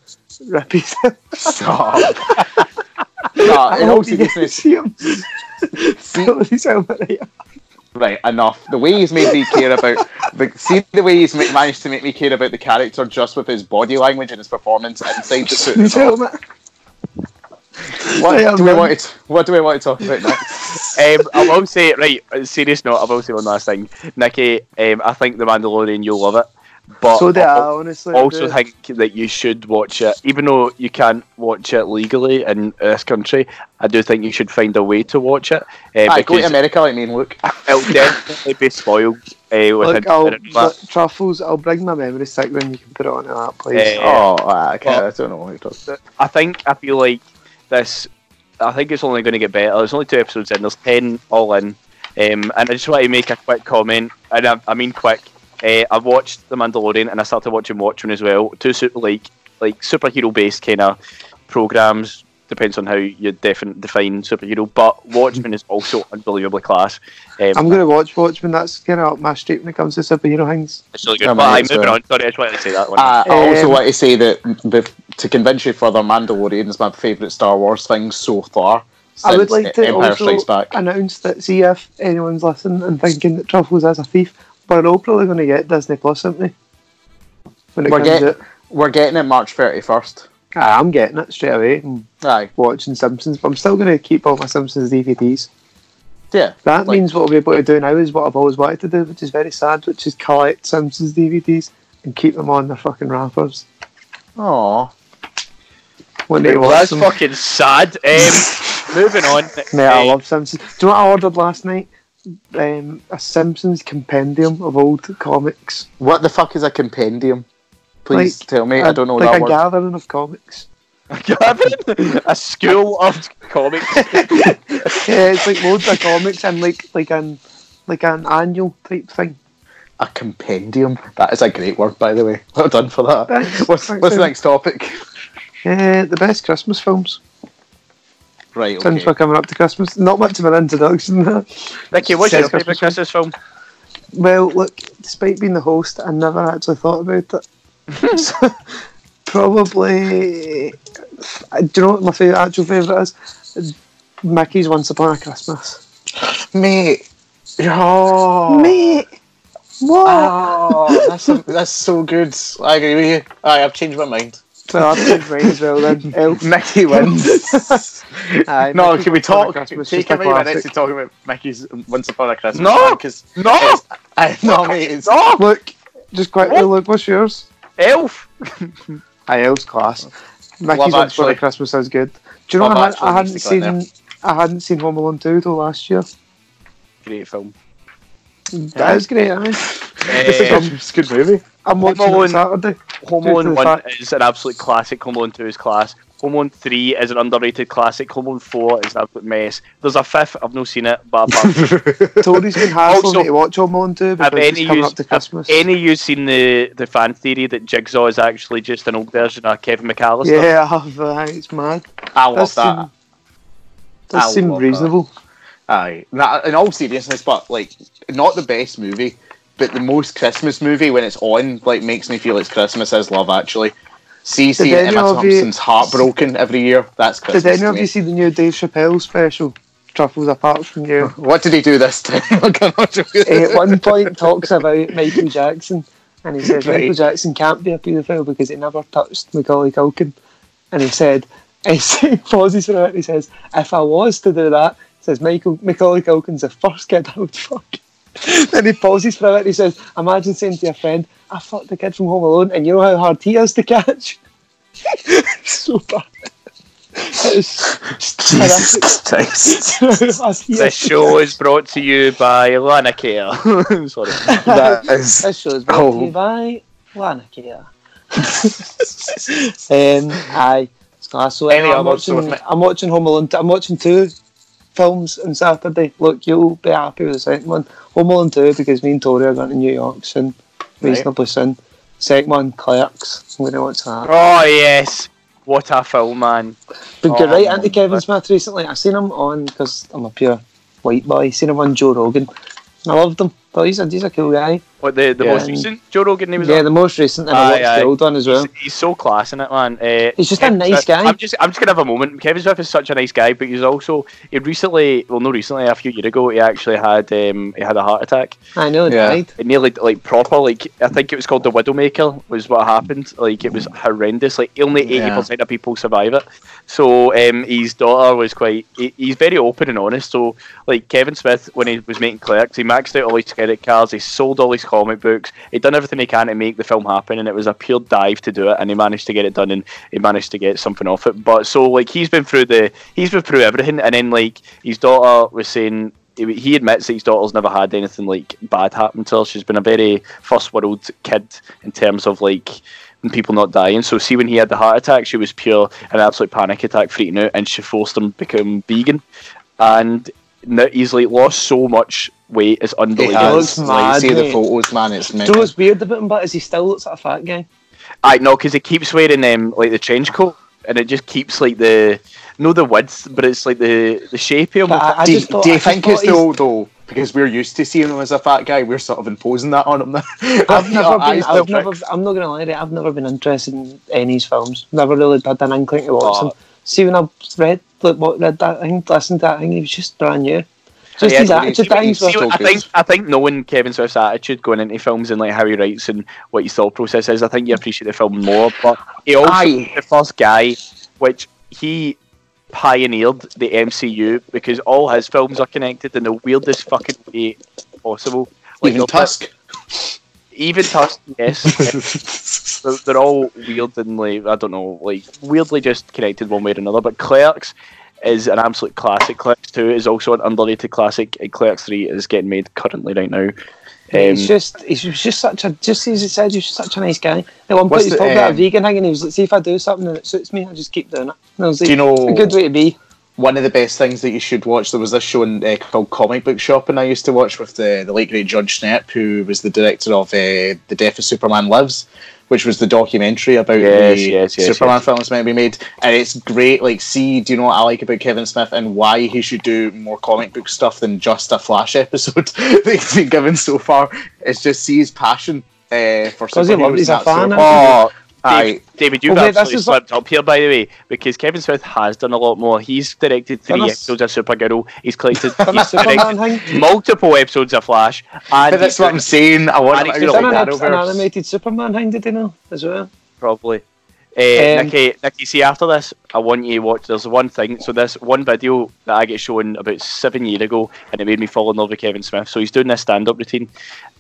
Speaker 1: rip his.
Speaker 2: <laughs> stop.
Speaker 1: <laughs>
Speaker 2: no,
Speaker 1: I
Speaker 2: in all
Speaker 1: hope you get to
Speaker 2: seriousness,
Speaker 1: see
Speaker 2: <laughs>
Speaker 1: him. <laughs> Still his helmet right up.
Speaker 2: right enough. The way he's made me care about, <laughs> the, see, the way he's ma- managed to make me care about the character just with his body language and his performance inside
Speaker 1: <laughs>
Speaker 2: the suit.
Speaker 1: His
Speaker 2: and all.
Speaker 1: helmet.
Speaker 2: What do we
Speaker 1: man.
Speaker 2: want? To, what do we want to talk about
Speaker 4: <laughs>
Speaker 2: next?
Speaker 4: um, I will say, right, on a serious note, I will say one last thing. Nikki, um, I think The Mandalorian, you'll love it.
Speaker 2: oh,
Speaker 4: But
Speaker 1: So did
Speaker 4: I
Speaker 1: I,
Speaker 4: al-
Speaker 1: honestly.
Speaker 4: also
Speaker 1: dude.
Speaker 4: think that you should watch it, even though you can't watch it legally in this country. I do think you should find a way to watch it. Uh,
Speaker 2: Aye, go to
Speaker 4: because
Speaker 2: America like me and Luke.
Speaker 4: it'll definitely be spoiled uh,
Speaker 1: Look,
Speaker 4: with
Speaker 1: I'll,
Speaker 4: a
Speaker 1: look, truffles, I'll bring my memory stick when you can put it on in that place.
Speaker 4: Eh,
Speaker 2: Oh, ah, okay, I don't know. What you're talking about.
Speaker 4: I think I feel like this. I think it's only going to get better. There's only two episodes in. There's ten all in, um, and I just want to make a quick comment, and I, I mean quick. Uh, I watched The Mandalorian, and I started watching Watchmen as well. Two super like like superhero based kind of programs. Depends on how you defin- define superhero, but Watchmen is also unbelievably class. Um,
Speaker 1: I'm going to watch Watchmen. That's kind of up my street when it comes to superhero things.
Speaker 4: it's really good.
Speaker 2: I'm
Speaker 4: But I'm
Speaker 2: right,
Speaker 4: moving
Speaker 2: so-
Speaker 4: on. Sorry, I just wanted to say that one.
Speaker 2: Uh, I also
Speaker 1: Um,
Speaker 2: want to say that bef- to convince you further, Mandalorian is my favourite Star Wars thing so far. Since
Speaker 1: I would like to
Speaker 2: Empire Strikes
Speaker 1: also
Speaker 2: Back.
Speaker 1: announce that, see if anyone's listening and thinking that Truffles is a thief, we're all probably going to get Disney Plus, aren't we? When it
Speaker 2: We're
Speaker 1: comes
Speaker 2: get-
Speaker 1: out.
Speaker 2: We're getting it March 31st.
Speaker 1: Ah, I'm getting it straight away and
Speaker 2: Aye.
Speaker 1: watching Simpsons, but I'm still going to keep all my Simpsons DVDs.
Speaker 2: Yeah.
Speaker 1: That
Speaker 2: Like-
Speaker 1: means what I'll be able to do now is what I've always wanted to do, which is very sad, which is collect Simpsons DVDs and keep them on their fucking wrappers.
Speaker 2: Aw.
Speaker 1: One day
Speaker 4: Well,
Speaker 1: watch
Speaker 4: that's
Speaker 1: them.
Speaker 4: fucking sad. Um, moving
Speaker 1: <laughs>
Speaker 4: on.
Speaker 1: Mate, I
Speaker 4: eh,
Speaker 1: love Simpsons. Do you know what I ordered last night? Um, a Simpsons compendium of old comics.
Speaker 2: What the fuck is a compendium? Please
Speaker 1: Like,
Speaker 2: tell me. I don't know
Speaker 1: like
Speaker 2: that
Speaker 1: a
Speaker 2: word.
Speaker 1: gathering of comics.
Speaker 4: Gavin, <laughs> a school of comics.
Speaker 1: Yeah, it's like loads of comics and like like an like an annual type thing.
Speaker 2: A compendium. That is a great word, by the way. <laughs> Well done for that.
Speaker 1: Thanks.
Speaker 2: <laughs> What's,
Speaker 1: Thanks,
Speaker 2: what's the
Speaker 1: Evan.
Speaker 2: next topic? <laughs>
Speaker 1: Yeah, the best Christmas films.
Speaker 2: Right.
Speaker 1: Since
Speaker 2: Okay.
Speaker 1: we're coming up to Christmas, not much of an introduction there.
Speaker 4: Nicky, what's
Speaker 1: Says
Speaker 4: your favourite
Speaker 1: Christmas
Speaker 4: Christmas film?
Speaker 1: Well, look, despite being the host, I never actually thought about
Speaker 2: <laughs>
Speaker 1: it. so, probably. I- Do you know what my favorite, actual favourite is? Mickey's Once Upon a Christmas.
Speaker 2: Mate. Oh.
Speaker 1: Mate! What?
Speaker 2: Oh, that's, a, that's so good. I agree with you. Aye, I've changed
Speaker 1: <laughs>
Speaker 2: my mind.
Speaker 1: Well, I've been right as well <laughs> then. Elf. <laughs>
Speaker 2: Mickey wins.
Speaker 1: Aye,
Speaker 2: no,
Speaker 1: Mickey's
Speaker 2: can
Speaker 1: Once Upon
Speaker 2: we
Speaker 1: a
Speaker 2: talk?
Speaker 1: Christmas
Speaker 2: Take
Speaker 1: is
Speaker 2: a
Speaker 1: the
Speaker 2: few minutes to
Speaker 1: classic.
Speaker 2: talk about Mickey's Once Upon a Christmas.
Speaker 4: No!
Speaker 2: because
Speaker 4: No,
Speaker 2: I know, mate. It's,
Speaker 4: no,
Speaker 1: Look, just quickly,
Speaker 4: What?
Speaker 1: look, what's yours?
Speaker 2: <laughs>
Speaker 4: Elf.
Speaker 1: Aye, Elf's class. Mickey's Once Upon
Speaker 2: Actually.
Speaker 1: a Christmas is good. Do you know
Speaker 2: Love
Speaker 1: I, had, I hadn't
Speaker 2: Actually needs to go in
Speaker 1: seen I hadn't seen Home Alone 2 though last year.
Speaker 4: Great film.
Speaker 1: That is great, aye.
Speaker 4: Um,
Speaker 2: it's a good movie.
Speaker 1: I'm watching it
Speaker 4: Alone-
Speaker 1: on Saturday.
Speaker 4: Home
Speaker 1: Due to
Speaker 4: Alone
Speaker 1: the
Speaker 4: One
Speaker 1: fact-
Speaker 4: is an absolute classic. Home Alone Two is class. Home Alone Three is an underrated classic. Home Alone Four is an absolute mess. There's a fifth. I've not seen it, but.
Speaker 1: <laughs>
Speaker 4: but
Speaker 1: Tory's
Speaker 2: <laughs>
Speaker 1: been hassling
Speaker 4: Also-
Speaker 1: me to watch Home Alone 2
Speaker 4: Have
Speaker 1: because it's
Speaker 4: any,
Speaker 1: coming
Speaker 4: yous,
Speaker 1: up to
Speaker 4: have
Speaker 1: Christmas.
Speaker 4: any of you seen the, the fan theory that Jigsaw is actually just an old version of Kevin McAllister?
Speaker 1: yeah, I have. Uh, it's mad.
Speaker 2: <laughs> I love
Speaker 1: Does
Speaker 2: that.
Speaker 1: seem, does
Speaker 2: I
Speaker 1: seem
Speaker 2: love
Speaker 1: reasonable.
Speaker 2: Aye. Nah, in all seriousness, but like not the best movie, but the most Christmas movie when it's on, like makes me feel it's Christmas is love actually. See seeing
Speaker 1: any
Speaker 2: Emma
Speaker 1: of you-
Speaker 2: Thompson's heartbroken every year. That's Christmas.
Speaker 1: Did any
Speaker 2: to
Speaker 1: of
Speaker 2: me.
Speaker 1: you see the new Dave Chappelle special, Truffles Apart from You?
Speaker 2: what did he do this <laughs> time? I cannot do
Speaker 1: Eh, at
Speaker 2: it.
Speaker 1: one point, talks about Michael Jackson, and he says
Speaker 2: Right.
Speaker 1: Michael Jackson can't be a paedophile because he never touched Macaulay Culkin. And he said, <laughs> he pauses for a minute. He says, "If I was to do that," he says Michael Macaulay Culkin's the first kid I would fuck. <laughs> then he pauses for a minute. He says, "Imagine saying to your friend, I fucked the kid from Home Alone, and you know how hard he is to catch." <laughs> so bad. It's
Speaker 2: <laughs>
Speaker 1: <laughs>
Speaker 2: Jesus Christ.
Speaker 4: This show is brought to you by Lana Care.
Speaker 1: <laughs>
Speaker 4: <laughs> Sorry.
Speaker 2: <laughs> that is
Speaker 1: This show is brought to
Speaker 2: Oh.
Speaker 1: you by Lanakea. um, aye, it's class. So
Speaker 2: Any
Speaker 1: I'm,
Speaker 2: others,
Speaker 1: watching,
Speaker 2: so if-
Speaker 1: I'm watching Home Alone. I'm watching two films on Saturday. Look, you'll be happy with the second one. Home Alone 2 because me and Tori are going to New York soon, reasonably soon. Second one, Clerks. I'm going to watch that.
Speaker 4: Oh yes, what a film, man!
Speaker 1: But
Speaker 2: Oh,
Speaker 1: get right
Speaker 2: I'm
Speaker 1: into
Speaker 2: on
Speaker 1: Kevin
Speaker 2: that.
Speaker 1: Smith recently. I seen him on because I'm a pure white boy. Seen him on Joe Rogan. I loved him. Thought he's a he's a cool guy.
Speaker 4: What the, the
Speaker 2: Yeah.
Speaker 4: most recent Joe Rogan he was
Speaker 1: yeah,
Speaker 4: on?
Speaker 1: the most recent, and
Speaker 4: Aye,
Speaker 1: I watched
Speaker 4: aye.
Speaker 1: the old one as well.
Speaker 4: He's, he's so class in it, man. Uh,
Speaker 1: He's just a
Speaker 4: Kevin
Speaker 1: nice
Speaker 4: Smith-
Speaker 1: guy.
Speaker 4: I'm just I'm just gonna have a moment. Kevin Smith is such a nice guy, but he's also he recently, well, no, recently a few years ago, he actually had um, he had a heart attack.
Speaker 1: I know,
Speaker 2: Yeah.
Speaker 1: right?
Speaker 4: It nearly like proper like I think it was called the Widowmaker was what happened. Like it was horrendous. Like only eighty
Speaker 2: Yeah.
Speaker 4: percent of people survive it. So um, his daughter was quite. He, he's very open and honest. So like Kevin Smith when he was making Clerks, he maxed out all his credit cards. He sold all his comic books. He done everything he can to make the film happen, and it was a pure dive to do it. And he managed to get it done, and he managed to get something off it. But so like he's been through the he's been through everything, and then like his daughter was saying he he admits that his daughter's never had anything like bad happen to her. She's been a very first world kid in terms of like people not dying. So see, when he had the heart attack, she was pure an absolute panic attack, freaking out, and she forced him to become vegan. And now he's like lost so much weight, it's
Speaker 2: He
Speaker 4: unbelievable.
Speaker 1: has.
Speaker 2: has,
Speaker 1: looks
Speaker 2: like,
Speaker 1: mad,
Speaker 2: see the
Speaker 1: mate.
Speaker 2: photos, man. It's
Speaker 1: Do you know
Speaker 2: mental.
Speaker 1: what's weird about him, but is he still looks like a fat guy?
Speaker 4: I know because he keeps wearing um, like the trench coat, and it just keeps like the no the width, but it's like the the shape of him.
Speaker 1: But I
Speaker 2: do,
Speaker 1: just thought-
Speaker 2: do you
Speaker 1: I just
Speaker 2: think
Speaker 1: thought
Speaker 2: it's the
Speaker 1: he's-
Speaker 2: old though? Because we're used to seeing him as a fat guy, we're sort of imposing that on him now. <laughs>
Speaker 1: I've never been.
Speaker 2: still
Speaker 1: I've never.
Speaker 2: prick.
Speaker 1: I'm not gonna lie to you. I've never been interested in any of his films. Never really had an inkling to watch
Speaker 4: Oh.
Speaker 1: them. See, when I read, like, what, read that thing, listened to that thing, he was just brand new. Just
Speaker 4: Yeah,
Speaker 1: his
Speaker 2: but he-
Speaker 1: attitude,
Speaker 2: but
Speaker 1: that he's
Speaker 2: he's-
Speaker 1: with-
Speaker 2: so
Speaker 4: I
Speaker 2: good.
Speaker 4: think I think knowing Kevin Swift's attitude going into films and like how he writes and what his thought process is, I think you appreciate the film more. But he also
Speaker 2: Aye.
Speaker 4: the first guy which he pioneered the MCU because all his films are connected in the weirdest fucking way possible.
Speaker 2: Even
Speaker 4: no-
Speaker 2: Tusk.
Speaker 4: even Tusk, yes, they're, they're all weird and like I don't know, like weirdly just connected one way or another. But Clerks is an absolute classic. Clerks Two is also an underrated classic, and Clerks Three is getting made currently right now. Um,
Speaker 1: he's just he's he was just such a just as he said he's such a nice guy. At one point
Speaker 2: What's
Speaker 1: he's
Speaker 2: the-
Speaker 1: talking about a
Speaker 2: um,
Speaker 1: vegan thing and he was like, "See if I do something and it suits me, I just keep doing it." And I was like,
Speaker 2: Do you know-
Speaker 1: "It's a good way to be?"
Speaker 2: One of the best things that you should watch. There was this show in, uh, called Comic Book Shopping I used to watch with uh, the, the late great Judge Snap, who was the director of uh, The Death of Superman Lives, which was the documentary about
Speaker 4: Yes,
Speaker 2: the
Speaker 4: yes, yes,
Speaker 2: Superman film that's meant to be made. And it's great. Like, see, do you know what I like about Kevin Smith and why he should do more comic book stuff than just a Flash <laughs> episode that he's been given so far? It's just see his passion uh, for
Speaker 1: Because he
Speaker 2: superheroes.
Speaker 1: loves- he's a
Speaker 2: and that's
Speaker 1: fan,
Speaker 2: so-
Speaker 1: isn't he?
Speaker 2: Oh, aye.
Speaker 4: Dave- David, you've
Speaker 1: Well, mate,
Speaker 4: absolutely
Speaker 1: that's just
Speaker 4: slipped up here, by the way, because Kevin Smith has done a lot more. He's directed three
Speaker 1: that's-
Speaker 4: episodes of Supergirl. He's collected
Speaker 1: Done a
Speaker 4: he's directed
Speaker 1: Superman thing.
Speaker 4: multiple episodes of Flash, and
Speaker 2: But that's
Speaker 4: he's
Speaker 2: what I'm saying. I want
Speaker 4: And
Speaker 2: to
Speaker 4: he's
Speaker 1: He's
Speaker 4: like
Speaker 1: done an,
Speaker 4: that
Speaker 1: an animated Superman thing, did he know as well?
Speaker 4: Probably. Uh,
Speaker 1: Um,
Speaker 4: Nicky, Nicky, see after this, I want you to watch. There's one thing. So this one video that I get shown about seven years ago, and it made me fall in love with Kevin Smith. So he's doing this stand-up routine,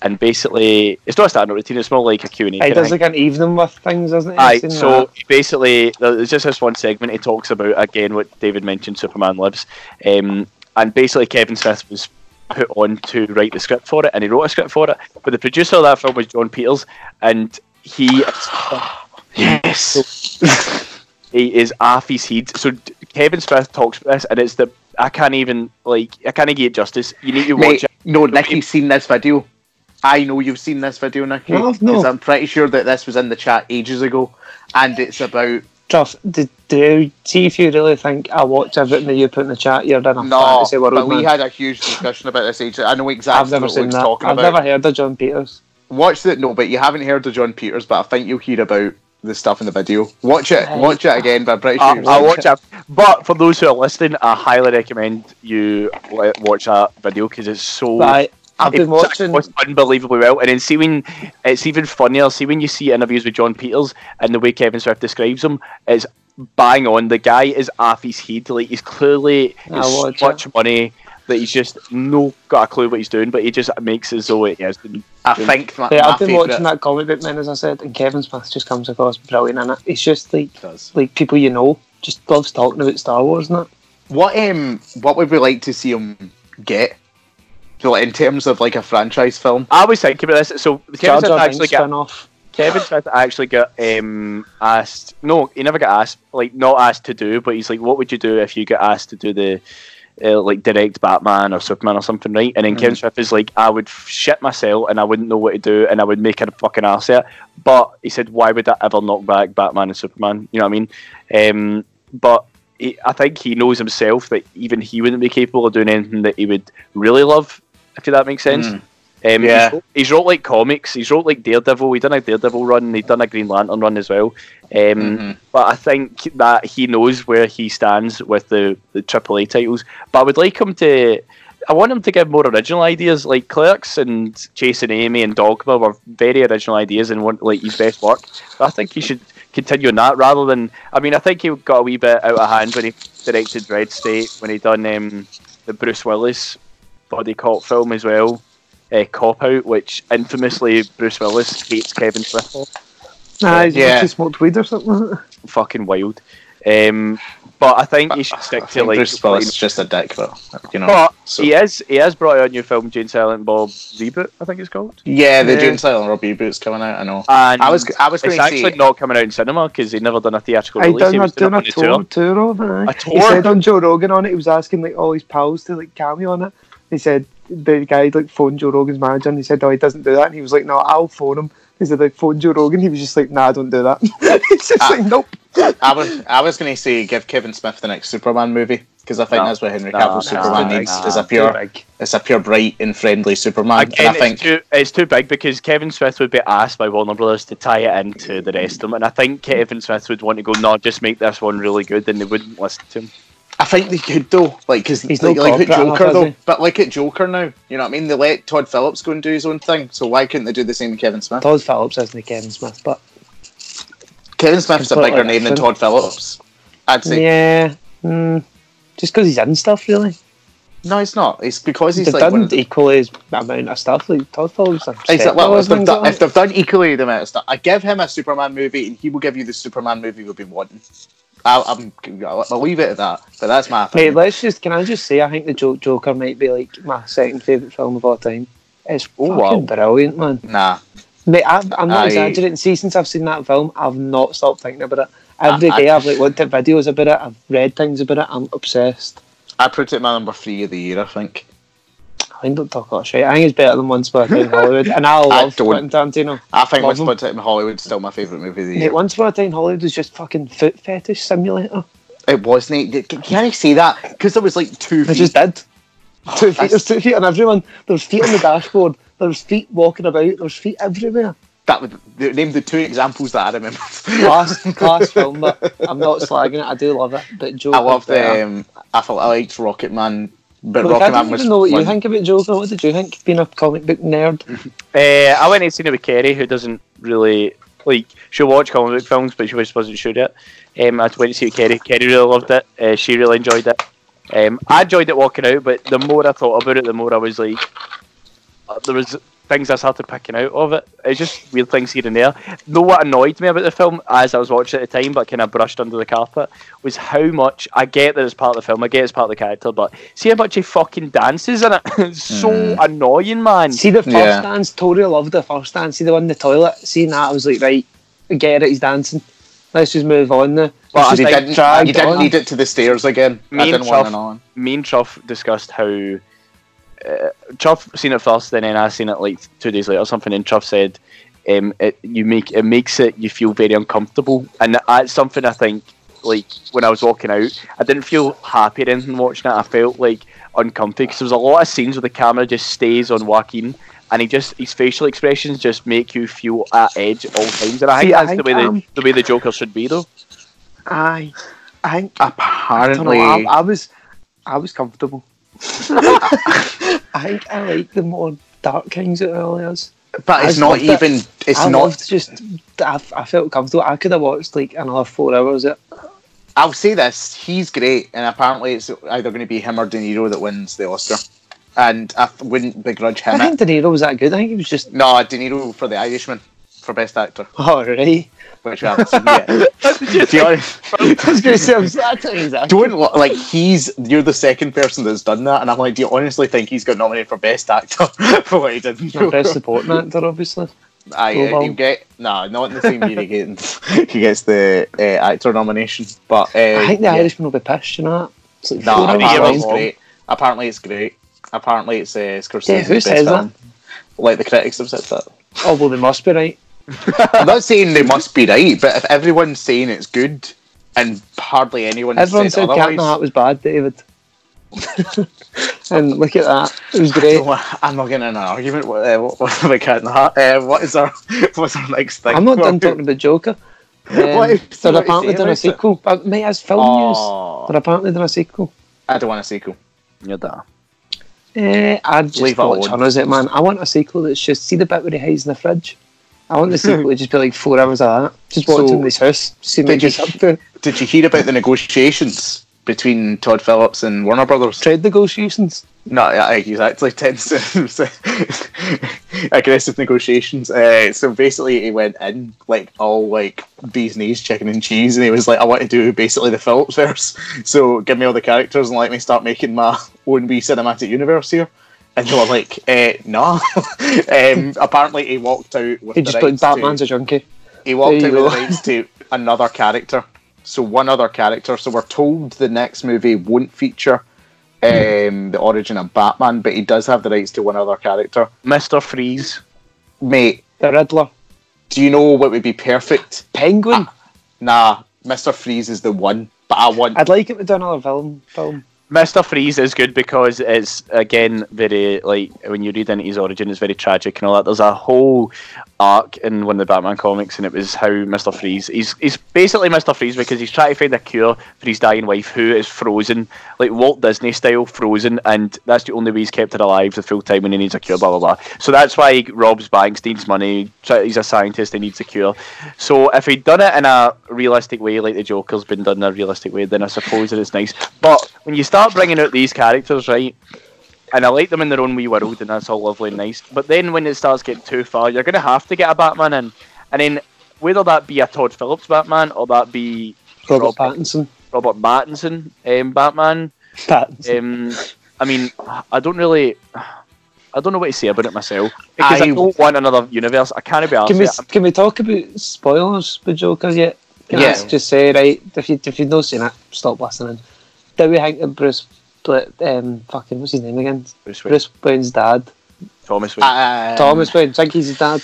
Speaker 4: and basically, it's not a stand-up routine. It's more like a Q and A.
Speaker 1: He
Speaker 4: kinda
Speaker 1: does
Speaker 4: thing.
Speaker 1: like an evening with things, doesn't he? I've
Speaker 4: Aye,
Speaker 1: seen
Speaker 4: so basically, there's just this one segment he talks about again what David mentioned, Superman Lives, um, and basically Kevin Smith was put on to write the script for it, and he wrote a script for it. But the producer of that film was John Peters, and he yes, <laughs> he is Affy's head. So d- Kevin Smith talks about this, and it's the I can't even like I can't give it justice. You need to watch
Speaker 2: Mate,
Speaker 4: it.
Speaker 2: no, Nicky's seen this video. I know you've seen this video, Nicky.
Speaker 1: No, I've not.
Speaker 2: Because I'm pretty sure that this was in the chat ages ago. And it's about.
Speaker 1: Truff, do, do see if you really think I watch everything that you put in the chat. You're in a
Speaker 2: No,
Speaker 1: fantasy world,
Speaker 2: but we
Speaker 1: man.
Speaker 2: had a huge discussion about this age. I know
Speaker 1: I've
Speaker 2: exactly
Speaker 1: never
Speaker 2: what
Speaker 1: seen
Speaker 2: Luke's
Speaker 1: that.
Speaker 2: talking
Speaker 1: I've
Speaker 2: about.
Speaker 1: never heard of John Peters.
Speaker 2: Watch it. No, but you haven't heard of John Peters, but I think you'll hear about the stuff in the video. Watch it.
Speaker 1: Right.
Speaker 2: Watch it again, but I'm pretty sure.
Speaker 4: I,
Speaker 2: you've
Speaker 4: I
Speaker 2: seen
Speaker 4: watch it. But for those who are listening, I highly recommend you wa- watch that video because it's so.
Speaker 1: Right, I've
Speaker 4: it's
Speaker 1: been watching.
Speaker 4: was unbelievably well, and then see when it's even funnier. See when you see interviews with John Peters and the way Kevin Swift describes him is bang on. The guy is off his head. Like he's clearly
Speaker 1: I
Speaker 4: it's so
Speaker 1: watch
Speaker 4: much money that he's just no got a clue what he's doing, but he just makes as though it is.
Speaker 2: I think my,
Speaker 1: Yeah,
Speaker 2: my
Speaker 1: I've been
Speaker 2: favourite-
Speaker 1: watching that comic book man, as I said, and Kevin Smith just comes across brilliant in it. It's just like
Speaker 2: does.
Speaker 1: like people you know just loves talking about Star Wars, isn't it?
Speaker 2: What um, what would we like to see him get? So, like, in terms of like a franchise film,
Speaker 4: I was thinking about this. So
Speaker 1: Jar
Speaker 4: Kevin Smith
Speaker 1: Jar
Speaker 4: actually
Speaker 1: Binks
Speaker 4: got
Speaker 1: spin off.
Speaker 4: Kevin Smith actually got um, asked. No, he never got asked. Like not asked to do, but he's like, "What would you do if you got asked to do the uh, like direct Batman or Superman or something?" Right? And then Kevin Smith is like, "I would shit myself and I wouldn't know what to do and I would make a fucking ass of it." But he said, "Why would I ever knock back Batman and Superman?" You know what I mean? Um, but he, I think he knows himself that even he wouldn't be capable of doing anything that he would really love, if that makes sense.
Speaker 2: Mm.
Speaker 4: Um,
Speaker 2: Yeah.
Speaker 4: he's, wrote, he's wrote like comics. He's wrote like Daredevil. He done a Daredevil run. He done a Green Lantern run as well. Um,
Speaker 2: Mhm.
Speaker 4: But I think that he knows where he stands with the the AAA titles. But I would like him to. I want him to give more original ideas, like Clerks and Chasing Amy and Dogma were very original ideas and one like his best work. But I think he should continue on that rather than. I mean, I think he got a wee bit out of hand when he directed Red State when he done um, the Bruce Willis body cop film as well uh, cop out, which infamously Bruce Willis hates Kevin Smith. for.
Speaker 1: Nah, he's
Speaker 2: Yeah.
Speaker 1: yeah. he smoked weed or something. <laughs>
Speaker 4: Fucking wild. Um, but I think you should
Speaker 2: I
Speaker 4: stick to
Speaker 2: think
Speaker 4: like.
Speaker 2: Bruce Willis is just a dick, though. You know.
Speaker 4: But
Speaker 2: so-
Speaker 4: he is he has brought out a new film, Jane Silent Bob reboot, I think it's called.
Speaker 2: Yeah, the
Speaker 1: Yeah.
Speaker 2: June Silent Rob reboot's coming out. I know.
Speaker 4: And
Speaker 2: I was I was going
Speaker 4: it's
Speaker 2: to
Speaker 4: actually
Speaker 2: say
Speaker 4: not coming out in cinema because he never done a theatrical
Speaker 1: I
Speaker 4: release.
Speaker 1: done
Speaker 4: he
Speaker 1: a,
Speaker 4: was
Speaker 1: done a
Speaker 4: it on
Speaker 1: tour, tour of it. aye.
Speaker 4: A
Speaker 1: He
Speaker 4: tour?
Speaker 1: said on Joe Rogan on it, he was asking like all his pals to like cameo on it. He said the guy like phoned Joe Rogan's manager and he said, "Oh, he doesn't do that." And he was like, "No, I'll phone him." He said, "Like phone Joe Rogan." He was just like, "Nah, don't do that." <laughs> He's just
Speaker 2: Ah.
Speaker 1: like, "Nope."
Speaker 2: I was I was going to say give Kevin Smith the next Superman movie because I think
Speaker 4: No.
Speaker 2: that's what Henry
Speaker 4: No,
Speaker 2: Cavill's
Speaker 4: no,
Speaker 2: Superman
Speaker 1: no,
Speaker 2: needs
Speaker 4: no.
Speaker 2: is a
Speaker 1: Too
Speaker 2: pure
Speaker 1: big.
Speaker 2: it's a pure bright and friendly Superman.
Speaker 4: Again,
Speaker 2: and I think
Speaker 4: it's, too, it's too big because Kevin Smith would be asked by Warner Brothers to tie it into the rest of them, and I think Kevin Smith would want to go, no, just make this one really good, and they wouldn't listen to him.
Speaker 2: I think they could though, like because
Speaker 1: He's
Speaker 2: like,
Speaker 1: no
Speaker 2: like at
Speaker 1: corporate
Speaker 2: Joker
Speaker 1: enough, is
Speaker 2: though,
Speaker 1: he?
Speaker 2: but like at Joker now, you know what I mean? They let Todd Phillips go and do his own thing, so why couldn't they do the same with Kevin Smith?
Speaker 1: Todd Phillips isn't the Kevin Smith, but
Speaker 2: Kevin Smith's a
Speaker 1: Completely
Speaker 2: bigger name than
Speaker 1: different.
Speaker 2: Todd Phillips. I'd say.
Speaker 1: yeah, mm, just because he's in stuff really.
Speaker 2: No, it's not. It's because he's
Speaker 1: They've
Speaker 2: like. one
Speaker 1: done
Speaker 2: of the-
Speaker 1: equally as amount of stuff like Todd Phillips. and
Speaker 2: Exactly. Well, if
Speaker 1: Stepbrothers
Speaker 2: they've,
Speaker 1: and
Speaker 2: done, if
Speaker 1: stuff.
Speaker 2: they've done equally the amount of stuff, I give him a Superman movie, and he will give you the Superman movie we've been wanting. I'll, I'm, I'll I'll leave it at that. But that's my
Speaker 1: Mate,
Speaker 2: opinion.
Speaker 1: let's just. Can I just say? I think the Jo- Joker might be like my second favorite film of all time. It's
Speaker 2: Oh,
Speaker 1: fucking
Speaker 2: wow.
Speaker 1: brilliant, man.
Speaker 2: nah,
Speaker 1: Mate, I, I'm not
Speaker 2: Aye.
Speaker 1: exaggerating. See, since I've seen that film, I've not stopped thinking about it. Every
Speaker 2: I- I-
Speaker 1: day I've like looked at videos about it. I've read things about it. I'm obsessed.
Speaker 2: I put it my number three of the year. I think.
Speaker 1: I think don't talk about shit. I think it's better than Once Upon a Time
Speaker 2: <laughs>
Speaker 1: in Hollywood, and I love
Speaker 2: don't.
Speaker 1: Quentin Tarantino.
Speaker 2: I think
Speaker 1: Love
Speaker 2: Once
Speaker 1: him.
Speaker 2: Upon a Time in Hollywood's still my favourite movie of the year.
Speaker 1: Mate, Once Upon a Time in Hollywood was just fucking foot fetish simulator.
Speaker 2: It wasn't. it? Can- Can I say that? Because there was like two.
Speaker 1: I
Speaker 2: Feet.
Speaker 1: just did.
Speaker 2: Oh,
Speaker 1: Two feet, there's two feet on everyone. There's feet on the dashboard. There's feet walking about. There's feet everywhere.
Speaker 2: that would name the two examples that I remember. <laughs>
Speaker 1: Class, class film. But I'm not slagging it. I do love it. But Joker,
Speaker 2: I loved.
Speaker 1: better.
Speaker 2: Um, I felt I liked Rocket Man, but
Speaker 1: Look, I
Speaker 2: Rocket
Speaker 1: don't
Speaker 2: Man was.
Speaker 1: even know what you
Speaker 2: one- Mm-hmm.
Speaker 1: think about Joker. What did you think? Being a comic book nerd.
Speaker 4: Uh, I went and seen it with Kerry, who doesn't really like. She'll watch comic book films, but she just wasn't sure yet. Um, I went to see it with Kerry. Kerry really loved it. Uh, she really enjoyed it. Um, I enjoyed it walking out, but the more I thought about it, the more I was like, uh, there was things I started picking out of it. It's just weird things here and there. Though what annoyed me about the film, as I was watching it at the time, but kind of brushed under the carpet, was how much I get that it's part of the film. I get it's part of the character, but see how much he fucking dances in it. <laughs> it's so annoying, man.
Speaker 1: See the first
Speaker 2: Yeah.
Speaker 1: dance. Tori loved the first dance. See the one in the toilet. Seeing that, I was like, right, I get it. He's dancing. Let's just move on now.
Speaker 4: Well, I
Speaker 2: You
Speaker 4: think
Speaker 2: didn't,
Speaker 1: dragged
Speaker 2: you didn't
Speaker 1: on.
Speaker 2: need it to the stairs again. I
Speaker 4: Me and
Speaker 2: didn't want
Speaker 4: Chuff-
Speaker 2: it on.
Speaker 4: me and Truff discussed how uh, Truff seen it first, then I seen it like two days later or something, and Truff said, um, "It you make it makes it you feel very uncomfortable," and that's something I think. Like when I was walking out, I didn't feel happy or anything watching it. I felt like uncomfy because there was a lot of scenes where the camera just stays on Joaquin, and he just his facial expressions just make you feel at edge at all times. And I think
Speaker 5: See, I
Speaker 4: that's the
Speaker 5: think,
Speaker 4: way
Speaker 5: um,
Speaker 4: the, the way the Joker should be, though.
Speaker 5: Aye. I think I don't know.
Speaker 2: Apparently,
Speaker 5: I, I was, I was
Speaker 2: <laughs>
Speaker 5: comfortable.
Speaker 1: <laughs> I think I like the more dark things it really is.
Speaker 2: but it's
Speaker 1: I
Speaker 2: not
Speaker 1: loved it.
Speaker 2: even. It's
Speaker 1: I
Speaker 2: not.
Speaker 1: loved just. I, I felt comfortable. I could have watched like another four hours. It.
Speaker 2: I'll say this: he's great, and apparently it's either going to be him or De Niro that wins the Oscar. And I th- wouldn't begrudge
Speaker 1: I
Speaker 2: him
Speaker 1: think
Speaker 2: it.
Speaker 1: De Niro was that good. I think he was just
Speaker 2: No, De Niro for The Irishman for Best Actor,
Speaker 1: all right. <laughs>
Speaker 2: which I haven't seen yet. to be honest,
Speaker 1: I was going to say I was that exactly.
Speaker 2: <laughs> don't lo- like he's. You're the second person that's done that, and I'm like, do you honestly think he's got nominated for Best Actor <laughs> for what he did? in Joker?
Speaker 1: Best supporting actor, obviously.
Speaker 2: <laughs> Aye,
Speaker 1: Global.
Speaker 2: you get no, not in the same year he gets <laughs> he gets the uh, actor nomination. But uh,
Speaker 1: I think the
Speaker 2: yeah.
Speaker 1: Irishman will be pissed, you know. It's like
Speaker 2: No,
Speaker 1: four
Speaker 4: think
Speaker 1: hours
Speaker 4: it
Speaker 2: apparently
Speaker 1: long.
Speaker 2: it's
Speaker 4: was-
Speaker 2: great. Apparently it's great. Apparently it's uh, Scorsese's
Speaker 1: Yeah, who
Speaker 2: best
Speaker 1: says
Speaker 2: film. Like the critics have said that.
Speaker 1: Although Oh, they must be right.
Speaker 2: I'm not saying they must be right, but if everyone's saying it's good, and hardly anyone
Speaker 1: Everyone
Speaker 2: says
Speaker 1: said Cat in the Hat
Speaker 2: otherwise.
Speaker 1: was bad, David. <laughs> and look at that. It
Speaker 2: <laughs>
Speaker 1: was great.
Speaker 2: No, I'm not getting in an argument with uh, what, what about Cat in the Hat. Uh, what is our <laughs> what's our next thing?
Speaker 1: I'm not
Speaker 2: What- <laughs>
Speaker 1: done talking about Joker. Um,
Speaker 2: What if
Speaker 1: they're
Speaker 2: somebody
Speaker 1: apparently
Speaker 2: said
Speaker 1: doing a
Speaker 2: about it?
Speaker 1: sequel. But, mate, that's film
Speaker 2: Oh,
Speaker 1: news. They're apparently doing a sequel.
Speaker 2: I don't want a sequel.
Speaker 4: You're done.
Speaker 1: Eh, I'd just
Speaker 2: Leave it
Speaker 1: watch
Speaker 2: alone.
Speaker 1: on, is it, man? I want a sequel that's just see the bit where he hides in the fridge. I want the sequel to just be like four hours of that. Just watch
Speaker 2: So,
Speaker 1: him in his house, see what
Speaker 2: did you-
Speaker 1: he's up to.
Speaker 2: Did you hear about the negotiations between Todd Phillips and Warner Brothers?
Speaker 1: Trade negotiations.
Speaker 2: No, yeah, exactly. <laughs> Tense, aggressive negotiations. Uh, so basically, he went in like all like bees knees, chicken and cheese, and he was like, "I want to do basically the Phillips verse. <laughs> So give me all the characters and let me start making my own wee cinematic universe here." And they were like, eh, "No." <laughs> um, apparently, he walked out with
Speaker 1: He
Speaker 2: the
Speaker 1: just put
Speaker 2: rights to-
Speaker 1: Batman's a junkie.
Speaker 2: he walked
Speaker 1: There
Speaker 2: out
Speaker 1: you
Speaker 2: with the
Speaker 1: go.
Speaker 2: rights to another character. So one other character. So we're told the next movie won't feature
Speaker 6: Mm-hmm.
Speaker 2: um, the origin of Batman, but he does have the rights to one other character.
Speaker 4: Mister Freeze.
Speaker 2: Mate,
Speaker 1: The Riddler.
Speaker 2: do you know what would be perfect?
Speaker 1: Penguin.
Speaker 2: Nah, Mister Freeze is the one, but I want.
Speaker 1: I'd like him to do another film. Film.
Speaker 4: Mr. Freeze is good because it's again very like when you read into his origin, it's very tragic and all that. There's a whole arc in one of the Batman comics, and it was how Mr. Freeze. He's he's basically Mr. Freeze because he's trying to find a cure for his dying wife, who is frozen, like Walt Disney style frozen, and that's the only way he's kept her alive the full time when he needs a cure. Blah blah blah. So that's why he robs banks, needs money. try- He's a scientist, he needs a cure. So if he'd done it in a realistic way, like the Joker's been done in a realistic way, then I suppose that it's nice. But when you start start bringing out these characters, right? And I like them in their own wee world, and that's all lovely and nice. But then when it starts getting too far, you're going to have to get a Batman in. And then, whether that be a Todd Phillips Batman or that be
Speaker 6: Robert
Speaker 4: Robert-
Speaker 6: Pattinson.
Speaker 4: Robert Pattinson um, Batman,
Speaker 6: Pattinson.
Speaker 4: um, I mean, I don't really. I don't know what to say about it myself because I,
Speaker 6: I-
Speaker 4: don't want another universe. I can't be arsed.
Speaker 6: Can we can we talk about spoilers with Joker yet? Can
Speaker 4: Yeah.
Speaker 6: I just say right? If you if you've not seen it, stop listening. Do we think that Bruce? Bl- Um, fucking what's his name again?
Speaker 4: Bruce Wayne,
Speaker 6: Bruce Wayne's dad,
Speaker 4: Thomas Wayne.
Speaker 2: Um,
Speaker 6: Thomas Wayne. Think he's his dad.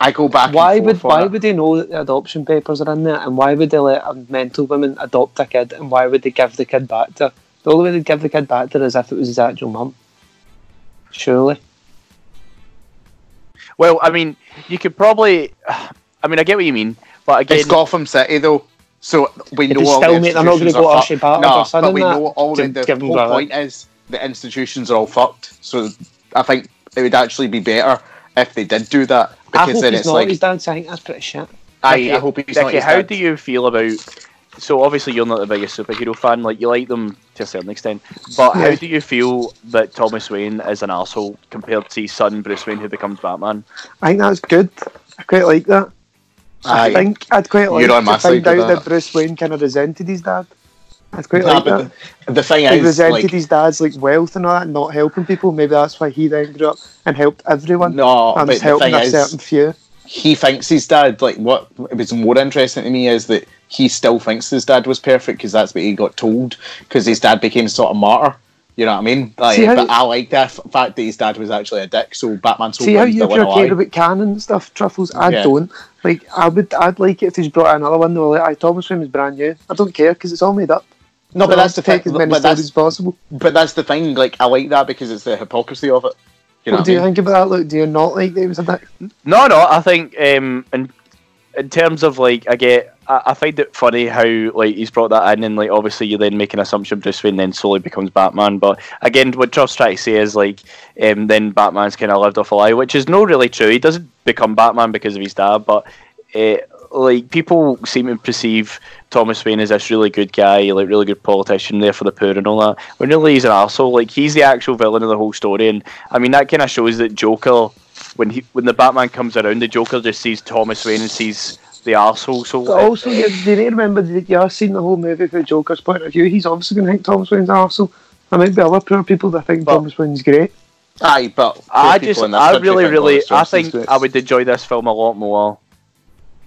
Speaker 2: I go back.
Speaker 6: Why
Speaker 2: and
Speaker 6: would
Speaker 2: forth on
Speaker 6: why
Speaker 2: it.
Speaker 6: would they know that the adoption papers are in there, and why would they let a mental woman adopt a kid, and why would they give the kid back to her? The only way they'd give the kid back to her is if it was his actual mum. Surely,
Speaker 4: Well, I mean, you could probably. <sighs> I mean, I get what you mean, but again,
Speaker 2: It's Gotham City though, so we
Speaker 6: It'd
Speaker 2: know all
Speaker 6: still
Speaker 2: the
Speaker 6: mean they're not gonna
Speaker 2: institutions
Speaker 6: go
Speaker 2: are
Speaker 6: Archie
Speaker 2: fucked.
Speaker 6: Battle
Speaker 2: Nah,
Speaker 6: or something
Speaker 2: but we
Speaker 6: like
Speaker 2: know all
Speaker 6: to
Speaker 2: the, the
Speaker 6: give 'em
Speaker 2: whole
Speaker 6: that.
Speaker 2: point is the institutions are all fucked. So I think it would actually be better if they did do that
Speaker 6: I
Speaker 2: because
Speaker 6: hope
Speaker 2: then
Speaker 6: he's
Speaker 2: it's
Speaker 6: not
Speaker 2: like
Speaker 6: his dad. so I think that's pretty shit.
Speaker 2: I,
Speaker 4: Nicky,
Speaker 2: I hope he's not.
Speaker 4: Nicky,
Speaker 2: his
Speaker 4: how
Speaker 2: dad.
Speaker 4: do you feel about? So obviously you're not the biggest superhero fan. Like you like them to a certain extent, but how do you feel that Thomas Wayne is an asshole compared to his son Bruce Wayne, who becomes Batman?
Speaker 1: I think that's good. I quite like that. I
Speaker 2: Aye.
Speaker 1: think I'd quite like
Speaker 2: You're on my
Speaker 1: to find
Speaker 2: side with
Speaker 1: out
Speaker 2: that.
Speaker 1: that Bruce Wayne kind of resented his dad. I'd quite
Speaker 2: Nah,
Speaker 1: like
Speaker 2: but
Speaker 1: that.
Speaker 2: the, the thing
Speaker 1: He
Speaker 2: is,
Speaker 1: resented
Speaker 2: like,
Speaker 1: his dad's like wealth and all that, not helping people. Maybe that's why he then grew up and helped everyone.
Speaker 2: no,
Speaker 1: and
Speaker 2: but
Speaker 1: was
Speaker 2: the
Speaker 1: helping
Speaker 2: thing
Speaker 1: a
Speaker 2: is,
Speaker 1: certain few.
Speaker 2: he thinks his dad like what was more interesting to me is that he still thinks his dad was perfect because that's what he got told because his dad became sort of martyr you know what I mean like,
Speaker 1: See how-
Speaker 2: but I like the f- fact that his dad was actually a dick so Batman told
Speaker 1: See how
Speaker 2: him
Speaker 1: you
Speaker 2: the
Speaker 1: pure care
Speaker 2: lie.
Speaker 1: about canon and stuff, truffles. I
Speaker 2: Yeah.
Speaker 1: don't. Like I would, I'd like it if he's brought in another one. They were like, "I Thomas Wayne was brand new." I don't care because it's all made up.
Speaker 2: no but
Speaker 1: I'll
Speaker 2: that's the thing
Speaker 1: take as many
Speaker 2: but
Speaker 1: stories as
Speaker 2: that's,
Speaker 1: possible.
Speaker 2: but that's the thing like I like that because it's the hypocrisy of it you know
Speaker 1: what
Speaker 2: what
Speaker 1: do
Speaker 2: I
Speaker 1: you
Speaker 2: mean
Speaker 1: think about that? Look, do you not like that he was a dick?
Speaker 4: No, no. I think um, in in terms of like, I get, I, I find it funny how like he's brought that in, and like obviously you then make an assumption Bruce Wayne then slowly becomes Batman. But again, what Truff's trying to say is like, um, then Batman's kind of lived off a lie, which is not really true. He doesn't become Batman because of his dad, but uh, like people seem to perceive Thomas Wayne as this really good guy, like really good politician, there for the poor and all that. When really he's an asshole. Like he's the actual villain of the whole story, and I mean that kind of shows that Joker, when he when the Batman comes around, the Joker just sees Thomas Wayne and sees the asshole. So
Speaker 1: But
Speaker 2: Oh,
Speaker 1: also, you, you need to remember that you're seeing the whole movie from Joker's point of view. He's obviously going to think Thomas Wayne's an arsehole. There might be other poor people that think
Speaker 4: But-
Speaker 1: Thomas Wayne's great.
Speaker 2: aye but
Speaker 4: I
Speaker 2: people
Speaker 4: just,
Speaker 2: in this
Speaker 4: I
Speaker 2: country
Speaker 4: really,
Speaker 2: think
Speaker 4: really,
Speaker 2: Boris
Speaker 4: I
Speaker 2: Johnson's
Speaker 4: think
Speaker 2: great.
Speaker 4: I would enjoy this film a lot more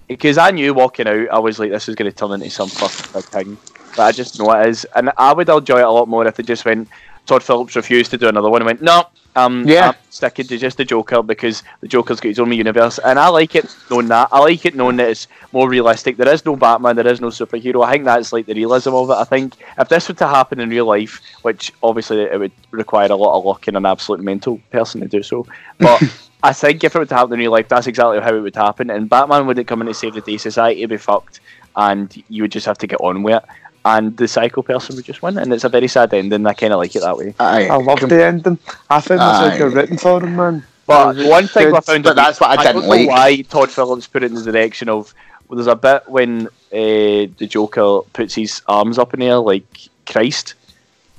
Speaker 4: because I knew walking out, I was like, this is going to turn into some fucking big thing, but I just know it is, and I would enjoy it a lot more if they just went. Todd Phillips refused to do another one and went, no, um,
Speaker 2: Yeah.
Speaker 4: I'm sticking to just the Joker because the Joker's got his own universe, and I like it knowing that. I like it knowing that it's more realistic. There is no Batman, there is no superhero. I think that's like the realism of it. I think if this were to happen in real life, which obviously it would require a lot of luck and an absolute mental person to do so, but I think if it were to happen in real life, that's exactly how it would happen. And Batman wouldn't come in to save the day. Society would be fucked, and you would just have to get on with it. And the psycho person would just win, and it's a very sad ending. I kind of like it that way.
Speaker 2: aye
Speaker 1: I love the ending. I found
Speaker 2: Aye.
Speaker 1: myself here rooting for him, man.
Speaker 4: But one thing I
Speaker 1: Good.
Speaker 4: found,
Speaker 2: But that's what I
Speaker 4: don't
Speaker 2: didn't
Speaker 4: know
Speaker 2: like.
Speaker 4: why Todd Phillips put it in the direction of. Well, there's a bit when uh, the Joker puts his arms up in the air like Christ,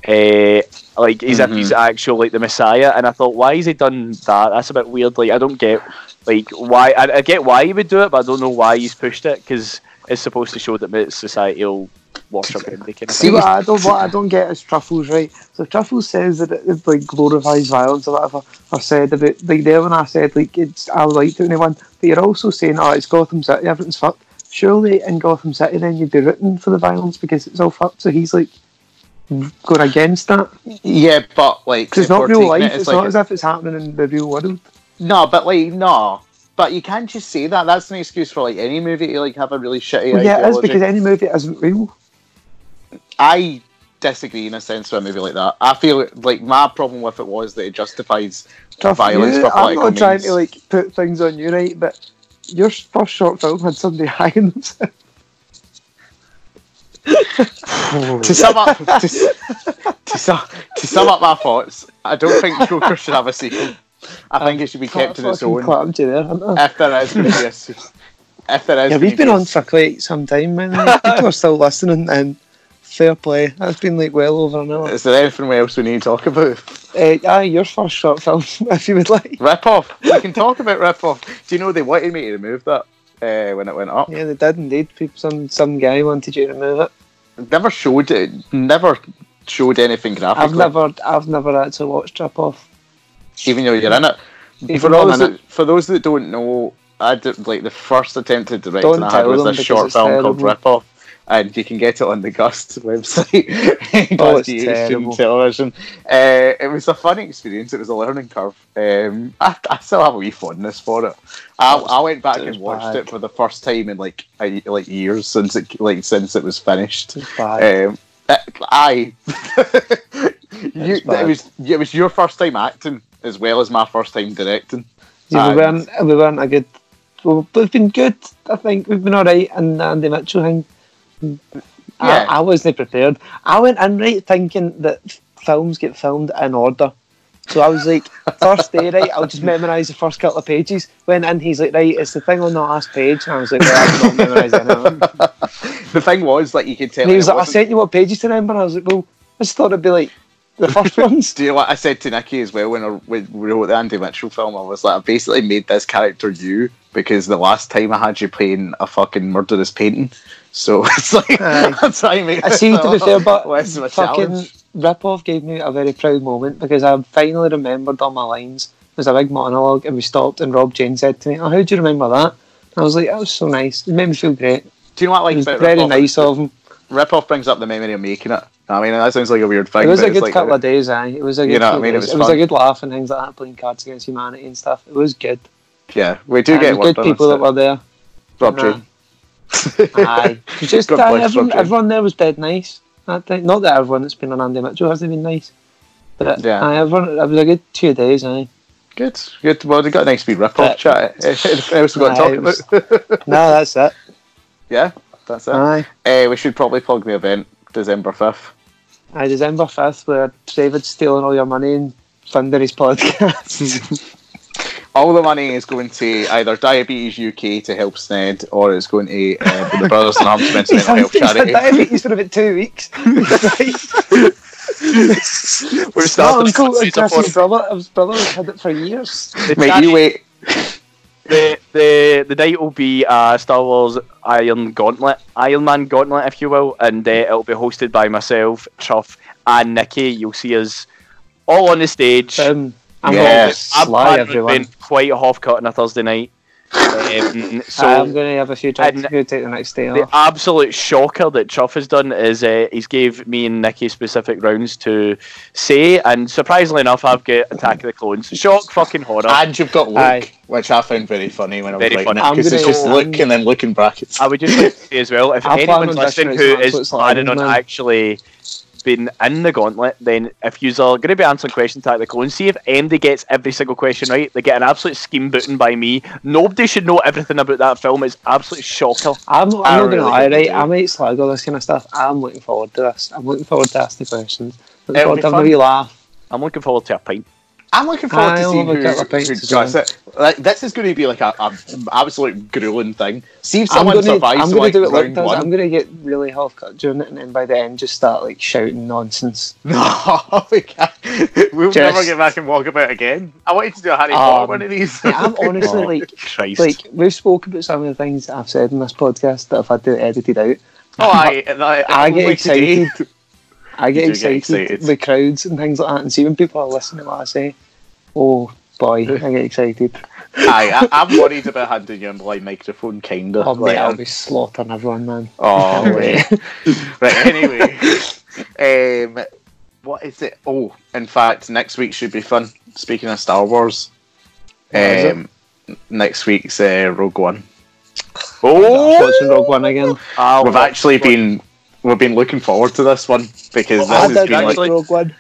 Speaker 4: uh, like he's if he's
Speaker 2: Mm-hmm.
Speaker 4: actual like the Messiah, and I thought, why has he done that? That's a bit weird. Like I don't get like why I, I get why he would do it, but I don't know why he's pushed it because it's supposed to show that it's societal worship and they kind of
Speaker 1: See
Speaker 2: See
Speaker 4: thing.
Speaker 1: what I don't what I don't get is Truffles, right? So Truffles says that it, it like glorifies violence or whatever I've said about like there when I said like it's I liked it anyone, but you're also saying oh it's Gotham City, everything's fucked. Surely in Gotham City then you'd be written for the violence because it's all fucked. So he's like going against that
Speaker 2: yeah but like
Speaker 1: because it's
Speaker 2: if
Speaker 1: not
Speaker 2: we're
Speaker 1: real
Speaker 2: taking
Speaker 1: life.
Speaker 2: it
Speaker 1: It's,
Speaker 2: as, like,
Speaker 1: not as if it's happening in the real world.
Speaker 2: No, but like no, but you can't just say that. That's an excuse for like any movie to like have a really shitty.
Speaker 1: Well, yeah, it is
Speaker 2: ideology.
Speaker 1: because any movie isn't real.
Speaker 2: I disagree in a sense with a movie like that. I feel like my problem with it was that it justifies
Speaker 1: Truff,
Speaker 2: violence
Speaker 1: you,
Speaker 2: for
Speaker 1: I'm
Speaker 2: political
Speaker 1: not trying
Speaker 2: means.
Speaker 1: to like put things on you, right? But your first short film had somebody <laughs> hanging themselves.
Speaker 2: to
Speaker 1: <laughs>
Speaker 2: sum up. to, s- to, sum, to sum up my thoughts, I don't think Joker should have a sequel. I think it should be kept in its
Speaker 1: Fucking
Speaker 2: own.
Speaker 1: clamped you there, haven't I?
Speaker 2: If there is going to be a sequel. If there is
Speaker 1: Yeah,
Speaker 2: gonna
Speaker 1: we've been
Speaker 2: be a
Speaker 1: on for quite some time, man. People are still listening, and fair play. That's been like well over an hour.
Speaker 2: Is there anything else we need to talk about?
Speaker 1: Uh, aye, your first short film, <laughs> if you would like.
Speaker 2: Rip off. We can talk about rip off. Do you know they wanted me to remove that uh, when it went up?
Speaker 1: Yeah, they did indeed. People, some some guy wanted you to remove it.
Speaker 2: Never showed it. Never showed anything graphically.
Speaker 1: I've never, I've never actually watched Trip Off.
Speaker 2: even though you're in it.
Speaker 1: Even
Speaker 2: for
Speaker 1: though I'm
Speaker 2: those
Speaker 1: in
Speaker 2: that, for those that don't know, I did, like the first attempt to direct
Speaker 1: Don't
Speaker 2: that I had
Speaker 1: tell
Speaker 2: was
Speaker 1: them
Speaker 2: this
Speaker 1: because
Speaker 2: short
Speaker 1: it's
Speaker 2: film called
Speaker 1: terrible.
Speaker 2: Rip Off, and you can get it on the Gust <laughs> website,
Speaker 1: Oh, it's
Speaker 2: Gust Asian
Speaker 1: terrible.
Speaker 2: Television. Uh, it was a fun experience. It was a learning curve. Um, I, I still have a wee fondness for it. I, I went back
Speaker 1: it
Speaker 2: and
Speaker 1: was
Speaker 2: watched
Speaker 1: bad.
Speaker 2: it for the first time in like a, like years since it like since it was finished.
Speaker 1: It's bad.
Speaker 2: Um, uh,
Speaker 1: <laughs>
Speaker 2: I. you,
Speaker 1: That's bad.
Speaker 2: it was it was your first time acting as well as my first time directing.
Speaker 1: Yeah, um, we
Speaker 2: and-
Speaker 1: weren't, we weren't a good. Well, we've been good. I think we've been all right. And the Andy Mitchell thing.
Speaker 2: Yeah.
Speaker 1: I, I wasn't prepared. I went in right thinking that f- films get filmed in order. So I was like, first day, right, I'll just memorise the first couple of pages. Went in, he's like, right, it's the thing on the last page. And I was like, well, I'm not memorising it.
Speaker 2: The thing was, like, you could tell.
Speaker 1: And he was
Speaker 2: it
Speaker 1: like, I
Speaker 2: wasn't-
Speaker 1: sent you what pages to remember. And I was like, well, I just thought it'd be like the first <laughs> ones.
Speaker 2: <laughs> Do you know what I said to Nikki as well when I when we wrote the Andy Mitchell film? I was like, I basically made this character you because the last time I had you playing a fucking murderous painting. So <laughs> it's like
Speaker 1: Aye.
Speaker 2: I'm trying to make
Speaker 1: I see, to be
Speaker 2: <laughs>
Speaker 1: fair, but
Speaker 2: less of a
Speaker 1: fucking
Speaker 2: challenge.
Speaker 1: Ripoff gave me a very proud moment because I finally remembered all my lines. It was a big monologue, and we stopped, and Rob Jane said to me, "Oh, how do you remember that?" And I was like, "That was so nice. It made me feel great.
Speaker 2: Do you know what I
Speaker 1: It
Speaker 2: like
Speaker 1: was
Speaker 2: about
Speaker 1: very
Speaker 2: Rip Off?
Speaker 1: nice of him.
Speaker 2: Rip Off brings up the memory of making it. I mean, that sounds like a weird thing.
Speaker 1: It was
Speaker 2: but
Speaker 1: a
Speaker 2: it's
Speaker 1: good
Speaker 2: like,
Speaker 1: couple of days. Aye, it was a good.
Speaker 2: You know what I
Speaker 1: few
Speaker 2: mean? It
Speaker 1: days.
Speaker 2: was
Speaker 1: It was a
Speaker 2: fun.
Speaker 1: good laugh and things like that, playing Cards Against Humanity and stuff. It was good.
Speaker 2: Yeah, we do
Speaker 1: And
Speaker 2: get work
Speaker 1: good
Speaker 2: done
Speaker 1: people
Speaker 2: on
Speaker 1: that were
Speaker 2: <laughs>
Speaker 1: there.
Speaker 2: set. Rob
Speaker 1: Nah.
Speaker 2: G. <laughs>
Speaker 1: Aye, just
Speaker 2: God
Speaker 1: aye,
Speaker 2: bless Rob
Speaker 1: everyone,
Speaker 2: Jane.
Speaker 1: everyone there was dead nice. That day. Not that everyone that's been on Andy Mitchell hasn't been nice, but
Speaker 2: Yeah.
Speaker 1: aye, everyone. It was a good two days. Aye.
Speaker 2: Good, good. Well, we got a nice wee rip
Speaker 1: Uh,
Speaker 2: off chat. <laughs> Anything else we got
Speaker 1: aye,
Speaker 2: to
Speaker 1: it
Speaker 2: talk
Speaker 1: was-
Speaker 2: about?
Speaker 1: no, that's it.
Speaker 2: <laughs> yeah, that's it.
Speaker 1: Aye.
Speaker 2: Eh, we should probably plug the event, December 5th.
Speaker 1: Aye, December 5th, where David's stealing all your money and funding his podcast.
Speaker 2: All the money is going to either Diabetes UK to help SNED or it's going to uh,
Speaker 1: <laughs>
Speaker 2: the Brothers in Arms Mental
Speaker 1: he's
Speaker 2: Mental
Speaker 1: had <laughs>
Speaker 2: Health
Speaker 1: he's had
Speaker 2: Charity.
Speaker 1: diabetes for about two
Speaker 2: <laughs>
Speaker 1: weeks. <laughs>
Speaker 4: We're
Speaker 1: My
Speaker 4: starting
Speaker 1: uncle,
Speaker 4: to
Speaker 1: Chris's brother, his brother has had it for years.
Speaker 2: Mate, you wait.
Speaker 4: the the the night will be uh, Star Wars Iron Gauntlet, Iron Man Gauntlet, if you will, and uh, it'll be hosted by myself, Truff, and Nikki. You'll see us all on the stage.
Speaker 1: Um, I'm
Speaker 2: Yes.
Speaker 1: going to sly
Speaker 4: planning on
Speaker 1: everyone.
Speaker 4: being quite a half cut on a Thursday night. Um, so
Speaker 1: I'm going to have a few drinks
Speaker 4: And-
Speaker 1: if you take the next day
Speaker 4: the
Speaker 1: off.
Speaker 4: absolute shocker that Chuff has done is uh, he's gave me and Nikki specific rounds to say, and surprisingly enough, I've got Attack of the Clones. Shock, fucking horror.
Speaker 2: And you've got Luke,
Speaker 1: Aye.
Speaker 2: which I found very funny when I was
Speaker 4: Very
Speaker 2: writing
Speaker 4: funny.
Speaker 2: it,
Speaker 1: I'm
Speaker 2: 'cause it's
Speaker 1: gonna-
Speaker 2: just Luke and then Luke in brackets.
Speaker 4: I would just like to say as well, if
Speaker 1: I'll plan
Speaker 4: anyone's
Speaker 1: on this
Speaker 4: listening
Speaker 1: next
Speaker 4: who
Speaker 1: month, so
Speaker 4: is
Speaker 1: it's like
Speaker 4: planning on
Speaker 1: Iron Man.
Speaker 4: actually being in the gauntlet, then if you are going to be answering questions at the clone, see if MD gets every single question right. They get an absolute scheme booting by me. Nobody should know everything about that film. It's absolute shocker.
Speaker 1: I'm, I'm not
Speaker 4: I
Speaker 1: going to
Speaker 4: really
Speaker 1: lie,
Speaker 4: hope you
Speaker 1: right?
Speaker 4: do.
Speaker 1: I might slag all this kind of stuff. I'm looking forward to this. I'm looking forward to asking the questions. Looking
Speaker 2: It'll
Speaker 1: forward
Speaker 2: be
Speaker 1: to having
Speaker 2: fun.
Speaker 1: a wee laugh.
Speaker 4: I'm looking forward to a pint.
Speaker 2: I'm looking forward
Speaker 1: Aye,
Speaker 2: to
Speaker 1: I'll
Speaker 2: seeing
Speaker 1: have a
Speaker 2: who,
Speaker 1: couple of pints
Speaker 2: who
Speaker 1: as well.
Speaker 2: does it. Like, this is going to be like a, a absolute grueling thing. <laughs> See if
Speaker 1: I'm
Speaker 2: someone
Speaker 1: gonna-
Speaker 2: survives
Speaker 1: I'm
Speaker 2: to,
Speaker 1: gonna
Speaker 2: like
Speaker 1: do it like
Speaker 2: round
Speaker 1: does. I'm
Speaker 2: one.
Speaker 1: going to get really half cut during it, and then by the end, just start like shouting nonsense.
Speaker 2: No, we can't. We'll
Speaker 1: Just-
Speaker 2: never get back and walk about again. I wanted to do a Harry
Speaker 1: Um,
Speaker 2: Potter one of
Speaker 1: <laughs>
Speaker 2: these. <laughs>
Speaker 1: Yeah, I'm honestly
Speaker 4: Oh.
Speaker 1: like,
Speaker 4: Christ.
Speaker 1: like we've spoken about some of the things that I've said in this podcast that I've had to edit it out.
Speaker 2: oh, I, I,
Speaker 1: I get
Speaker 2: like today.
Speaker 1: excited.
Speaker 2: <laughs>
Speaker 1: I get
Speaker 2: You do get
Speaker 1: excited,
Speaker 2: excited.
Speaker 1: with crowds and things like that, and see when people are listening to what I say. Oh boy, I get
Speaker 2: <laughs>
Speaker 1: excited.
Speaker 2: Aye, I, I'm worried about handing you a blind microphone, kind of.
Speaker 1: Oh mate, I'll be slaughtering everyone, man. <laughs>
Speaker 2: oh wait. right, anyway. <laughs> um, what is it? Oh, in fact, next week should be fun. Speaking of Star Wars,
Speaker 1: is
Speaker 2: um, next week's uh, Rogue One.
Speaker 1: I'm
Speaker 4: Oh,
Speaker 1: watching Rogue One again.
Speaker 4: I'll-
Speaker 2: we've actually been we've been looking forward to this one because
Speaker 4: Well, I
Speaker 2: this has
Speaker 4: did
Speaker 2: been like,
Speaker 4: actually-
Speaker 1: Rogue
Speaker 2: <laughs>
Speaker 1: One.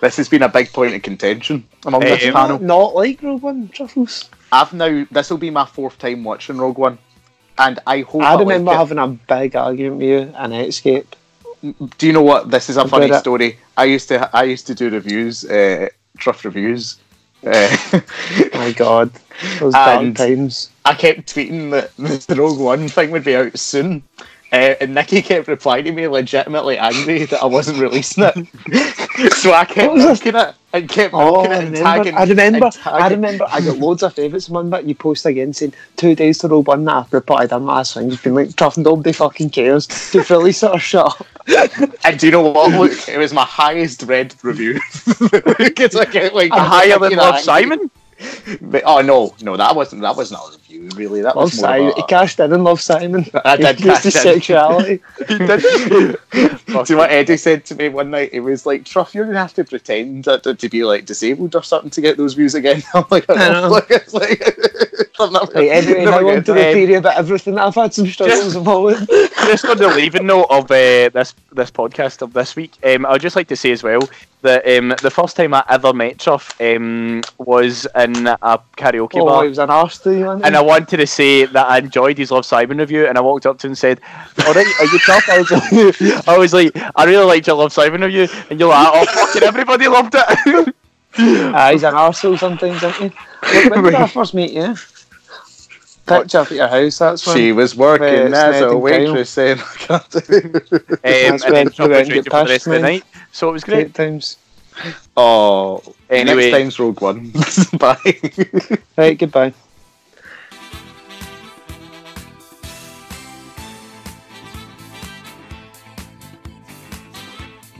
Speaker 2: this has been a big point of contention among this
Speaker 4: Um,
Speaker 2: panel.
Speaker 1: Not like Rogue One, Truffles.
Speaker 2: I've now this will be my fourth time watching Rogue One, and I hope I,
Speaker 1: I remember
Speaker 2: like it.
Speaker 1: having a big argument with you in Escape.
Speaker 2: Do you know what? This is a funny
Speaker 1: it.
Speaker 2: story. I used to I used to do reviews, uh, truff reviews. Uh, <laughs>
Speaker 1: My God, those
Speaker 2: And-
Speaker 1: dark times.
Speaker 2: <laughs> I kept tweeting that the Rogue One thing would be out soon. Uh, and Nikki kept replying to me legitimately angry that I wasn't releasing it. <laughs> so I kept looking at it and kept
Speaker 1: Oh,
Speaker 2: looking
Speaker 1: I
Speaker 2: at it and
Speaker 1: remember.
Speaker 2: tagging.
Speaker 1: I remember.
Speaker 2: and
Speaker 1: I
Speaker 2: tagging-
Speaker 1: remember. I got loads of favourites from that. You post again saying two days to roll one that I've replied. I'm not saying you've been like tough. Nobody fucking cares. To release it or shut up.
Speaker 2: And do you know what? Look, it was my highest read review. <laughs> Because I get like
Speaker 4: Higher than
Speaker 2: fucking
Speaker 4: Love
Speaker 2: angry.
Speaker 4: Simon?
Speaker 2: But, oh no, no, that wasn't that wasn't a review really. That
Speaker 1: Love
Speaker 2: was more
Speaker 1: Simon.
Speaker 2: of
Speaker 1: He
Speaker 2: a-
Speaker 1: cashed in on Love Simon.
Speaker 2: I did
Speaker 1: He used his
Speaker 2: cash in. <laughs>
Speaker 1: sexuality. <laughs>
Speaker 4: He did.
Speaker 2: Do you know what Eddie said to me one night? He was like, Truff, you're going to have to pretend that, that to be like disabled or something to get those views again. <laughs> I'm like, I
Speaker 1: know.
Speaker 2: don't look, <laughs> it's like, I'm not,
Speaker 1: Right, anyway,
Speaker 2: never
Speaker 1: now
Speaker 2: gonna
Speaker 1: on to the
Speaker 2: do it.
Speaker 1: theory about everything. I've had some struggles of all it.
Speaker 4: just on the leaving note of uh, this this podcast of this week, um, I'd just like to say as well that um, the first time I ever met Truff um, was in a karaoke
Speaker 1: Oh,
Speaker 4: bar.
Speaker 1: he was an arse to you, wasn't he?
Speaker 4: And I wanted to say that I enjoyed his Love Simon review, and I walked up to him and said, "All right, are you tough?" I was like, <laughs> "I was like, I really liked your Love Simon review," and you're like, "Oh, fucking everybody loved it." <laughs> Um,
Speaker 1: Ah, he's an arsehole sometimes, isn't he? Look,
Speaker 2: <laughs>
Speaker 1: when did I first meet you? Picture up at your house, that's when.
Speaker 2: She was working
Speaker 1: Where it's
Speaker 2: as
Speaker 1: Ned
Speaker 2: a
Speaker 1: and
Speaker 2: waitress <laughs> and I
Speaker 1: <laughs>
Speaker 2: can't do
Speaker 4: um, and
Speaker 1: That's when
Speaker 4: then
Speaker 1: we went
Speaker 4: Truff was
Speaker 1: and
Speaker 4: drinking
Speaker 1: got
Speaker 4: for the rest of the
Speaker 1: pasties.
Speaker 4: night, so it was great.
Speaker 1: Great times.
Speaker 2: Oh,
Speaker 4: Anyway.
Speaker 2: next time's Rogue One. <laughs> Bye. <laughs>
Speaker 1: Right, goodbye.